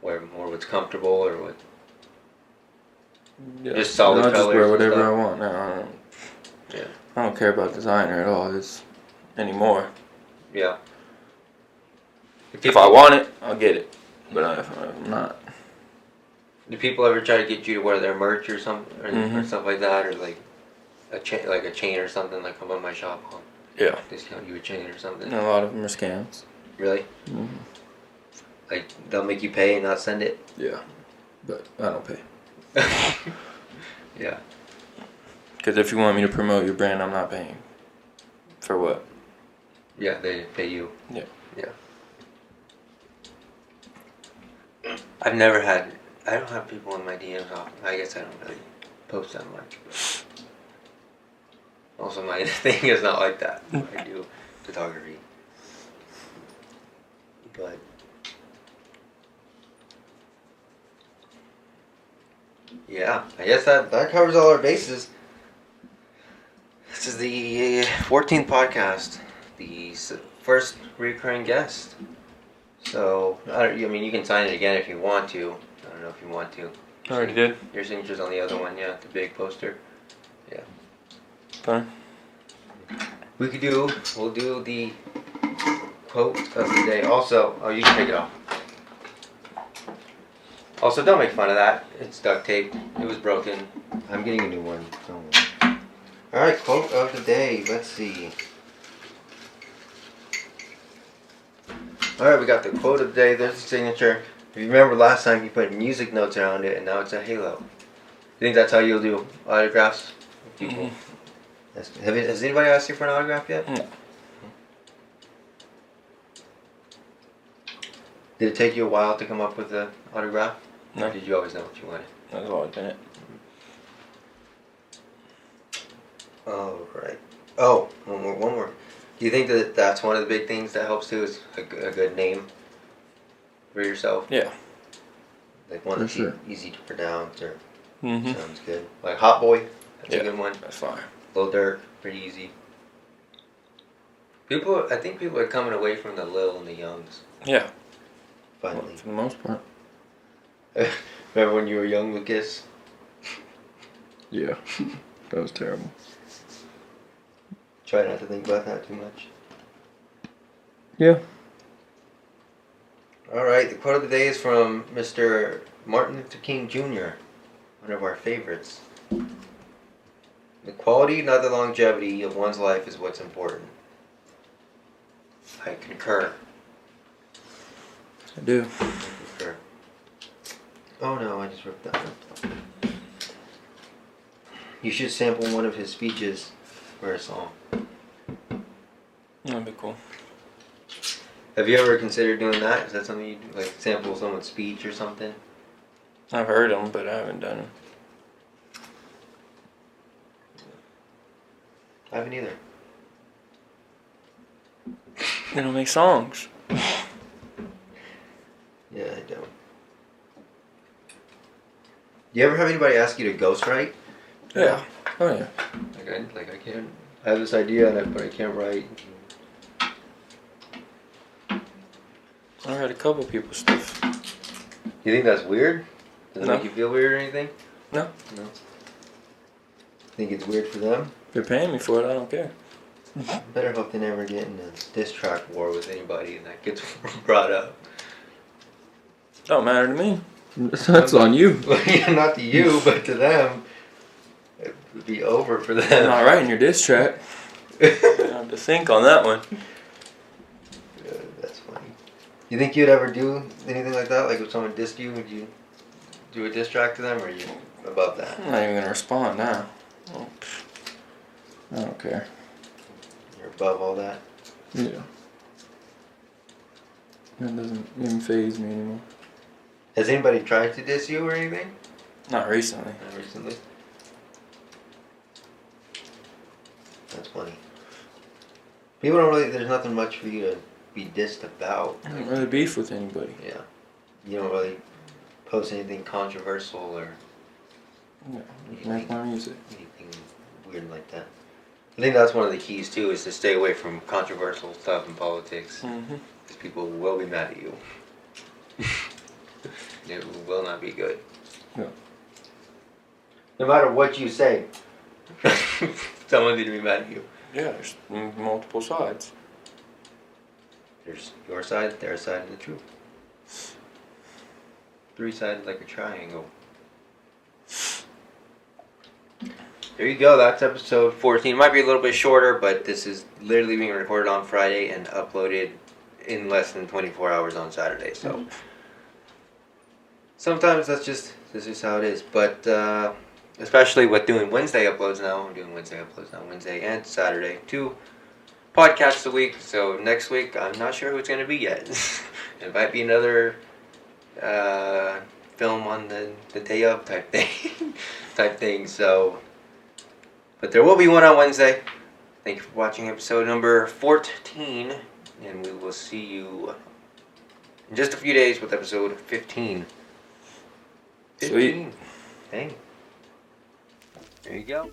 Speaker 1: wear more what's comfortable or what.
Speaker 2: Yeah.
Speaker 1: Just solid
Speaker 2: I just wear
Speaker 1: colors and
Speaker 2: whatever
Speaker 1: stuff.
Speaker 2: I want now. I don't,
Speaker 1: Yeah.
Speaker 2: I don't care about designer at all. It's anymore.
Speaker 1: Yeah.
Speaker 5: If I want it, I'll get it. But I,
Speaker 2: If I'm not.
Speaker 1: Do people ever try to get you to wear their merch or something, or, or
Speaker 5: Mm-hmm.
Speaker 2: Mhm.
Speaker 1: stuff like that, or like a chain, like a chain or something? Like come on my shop, I'll
Speaker 5: yeah,
Speaker 1: discount you a chain or something.
Speaker 2: And a lot of them are scams.
Speaker 1: Really?
Speaker 2: Mhm.
Speaker 1: Like they'll make you pay and not send it. [LAUGHS]
Speaker 2: Yeah. But I don't pay.
Speaker 1: yeah.
Speaker 2: Because if you want me to promote your brand, I'm not paying. For what?
Speaker 1: Yeah, they pay you.
Speaker 2: Yeah.
Speaker 1: Yeah. I've never had. I don't have people in my DMs often. I guess I don't really post that much. but- Also, my [LAUGHS] thing is not like that. I do photography, but yeah, I guess that
Speaker 4: That covers all our bases.
Speaker 1: This is the 14th podcast, the s- first recurring guest. So, I, don't, I mean, you can sign it again if you want to. I don't know if you want to.
Speaker 5: I already did.
Speaker 1: Your signature's on the other one, yeah, the big poster.
Speaker 5: Fine.
Speaker 1: We could do, we'll do the quote of the day. Also, oh, you can take it off. Also, don't make fun of that. It's duct tape. It was broken.
Speaker 4: I'm getting a new one. Don't worry. All right, quote of the day. Let's see.
Speaker 1: All right, we got the quote of the day. There's the signature. If you remember last time, you put music notes around it, and now it's a halo. You think that's how you'll do autographs? with people?
Speaker 4: That's-
Speaker 1: Have you, has anybody asked you for an autograph yet?
Speaker 5: No.
Speaker 1: Did it take you a while to come up with the autograph?
Speaker 5: No.
Speaker 1: Or did you always know what you wanted?
Speaker 5: That's all I've been it.
Speaker 1: Oh, right. Oh, one more, one more. Do you think that that's one of the big things that helps too? Is a, g- a good name for yourself,
Speaker 5: Yeah.
Speaker 1: like one
Speaker 2: For
Speaker 1: that's e-
Speaker 2: sure.
Speaker 1: easy to pronounce, or
Speaker 5: Mm-hmm.
Speaker 1: sounds good. Like Hot Boy, that's
Speaker 5: Yeah.
Speaker 1: a good one.
Speaker 5: That's fine.
Speaker 1: Lil Durk, pretty easy. People, I think people are coming away from the Lil and the Youngs.
Speaker 5: Yeah.
Speaker 4: Finally.
Speaker 2: For the most part.
Speaker 1: [LAUGHS] Remember when you were young, Lucas?
Speaker 2: Yeah. [LAUGHS] that was terrible.
Speaker 4: Try not to think about that too much.
Speaker 2: Yeah.
Speaker 1: All right, the quote of the day is from Mr. Martin Luther King Jr., one of our favorites. The quality, not the longevity, of one's life is what's important. I concur.
Speaker 2: I do.
Speaker 1: I concur.
Speaker 4: Oh no, I just ripped that one. You should sample one of his speeches
Speaker 1: Or a song.
Speaker 5: That'd be cool.
Speaker 1: Have you ever considered doing that? Is that something you do? Like sample someone's speech or something?
Speaker 5: I've heard them, but I haven't done them.
Speaker 1: I haven't either.
Speaker 5: They don't make songs.
Speaker 1: Yeah, I don't.
Speaker 4: Do you ever have anybody ask you to ghostwrite?
Speaker 5: Yeah.
Speaker 2: Oh yeah.
Speaker 1: Like I, like I can't. I have this idea, and I, but I can't write.
Speaker 5: I heard a couple people's stuff.
Speaker 1: You think that's weird? Does it
Speaker 5: No.
Speaker 1: make you feel weird or anything?
Speaker 5: No.
Speaker 1: No.
Speaker 4: Think it's weird for them?
Speaker 5: If They're paying me for it. I don't care.
Speaker 4: Better hope they never get in a
Speaker 1: Diss track war with anybody, and that gets [LAUGHS] brought up.
Speaker 5: Don't matter to me.
Speaker 2: [LAUGHS] That's on you.
Speaker 4: Not to you, but to them.
Speaker 1: It would be over
Speaker 5: [LAUGHS]
Speaker 1: for
Speaker 5: I'm
Speaker 1: them.
Speaker 5: not writing your diss track. I have to think on that one.
Speaker 4: Uh, that's funny. You think you'd ever do anything like that? Like if someone dissed you, would you
Speaker 1: Do a diss track to them, or are you above that?
Speaker 2: I'm not even gonna respond now. Oh, pff. I don't care.
Speaker 4: you're above all that?
Speaker 2: Yeah. That doesn't even phase me anymore.
Speaker 4: Has anybody tried to diss you or anything?
Speaker 5: Not recently.
Speaker 1: Not recently.
Speaker 4: That's funny. People don't really. There's nothing much for you to be dissed about.
Speaker 5: I don't really beef with anybody.
Speaker 4: You don't really post anything
Speaker 1: Controversial or
Speaker 2: Yeah, make my music.
Speaker 1: anything weird like that. I think that's one of the keys too is to stay away from controversial stuff in politics
Speaker 2: Mm-hmm.
Speaker 1: because people will be mad at
Speaker 4: [LAUGHS]
Speaker 1: you. it will not be good.
Speaker 4: No matter what you
Speaker 1: [LAUGHS]
Speaker 4: say,
Speaker 1: Someone's gonna be mad at you.
Speaker 5: Yeah, there's m- multiple sides.
Speaker 1: There's your side, their side, and the truth. Three sides like a triangle. There you go. That's episode 14. It might be a little bit shorter, but this is literally being recorded on Friday and uploaded in less than 24 hours on Saturday. So sometimes that's just this is how it is. But uh, especially with doing Wednesday uploads now, I'm doing Wednesday uploads now, Wednesday and Saturday. Two podcasts a week. So next week, I'm not sure who it's going to be yet. [LAUGHS] it might be another uh, film on the, the day of type thing, [LAUGHS] type thing. So, but there will be one on Wednesday. Thank you for watching episode number 14, and we will see you in just a few days with episode 15.
Speaker 5: Sweet.
Speaker 1: Dang. There you go.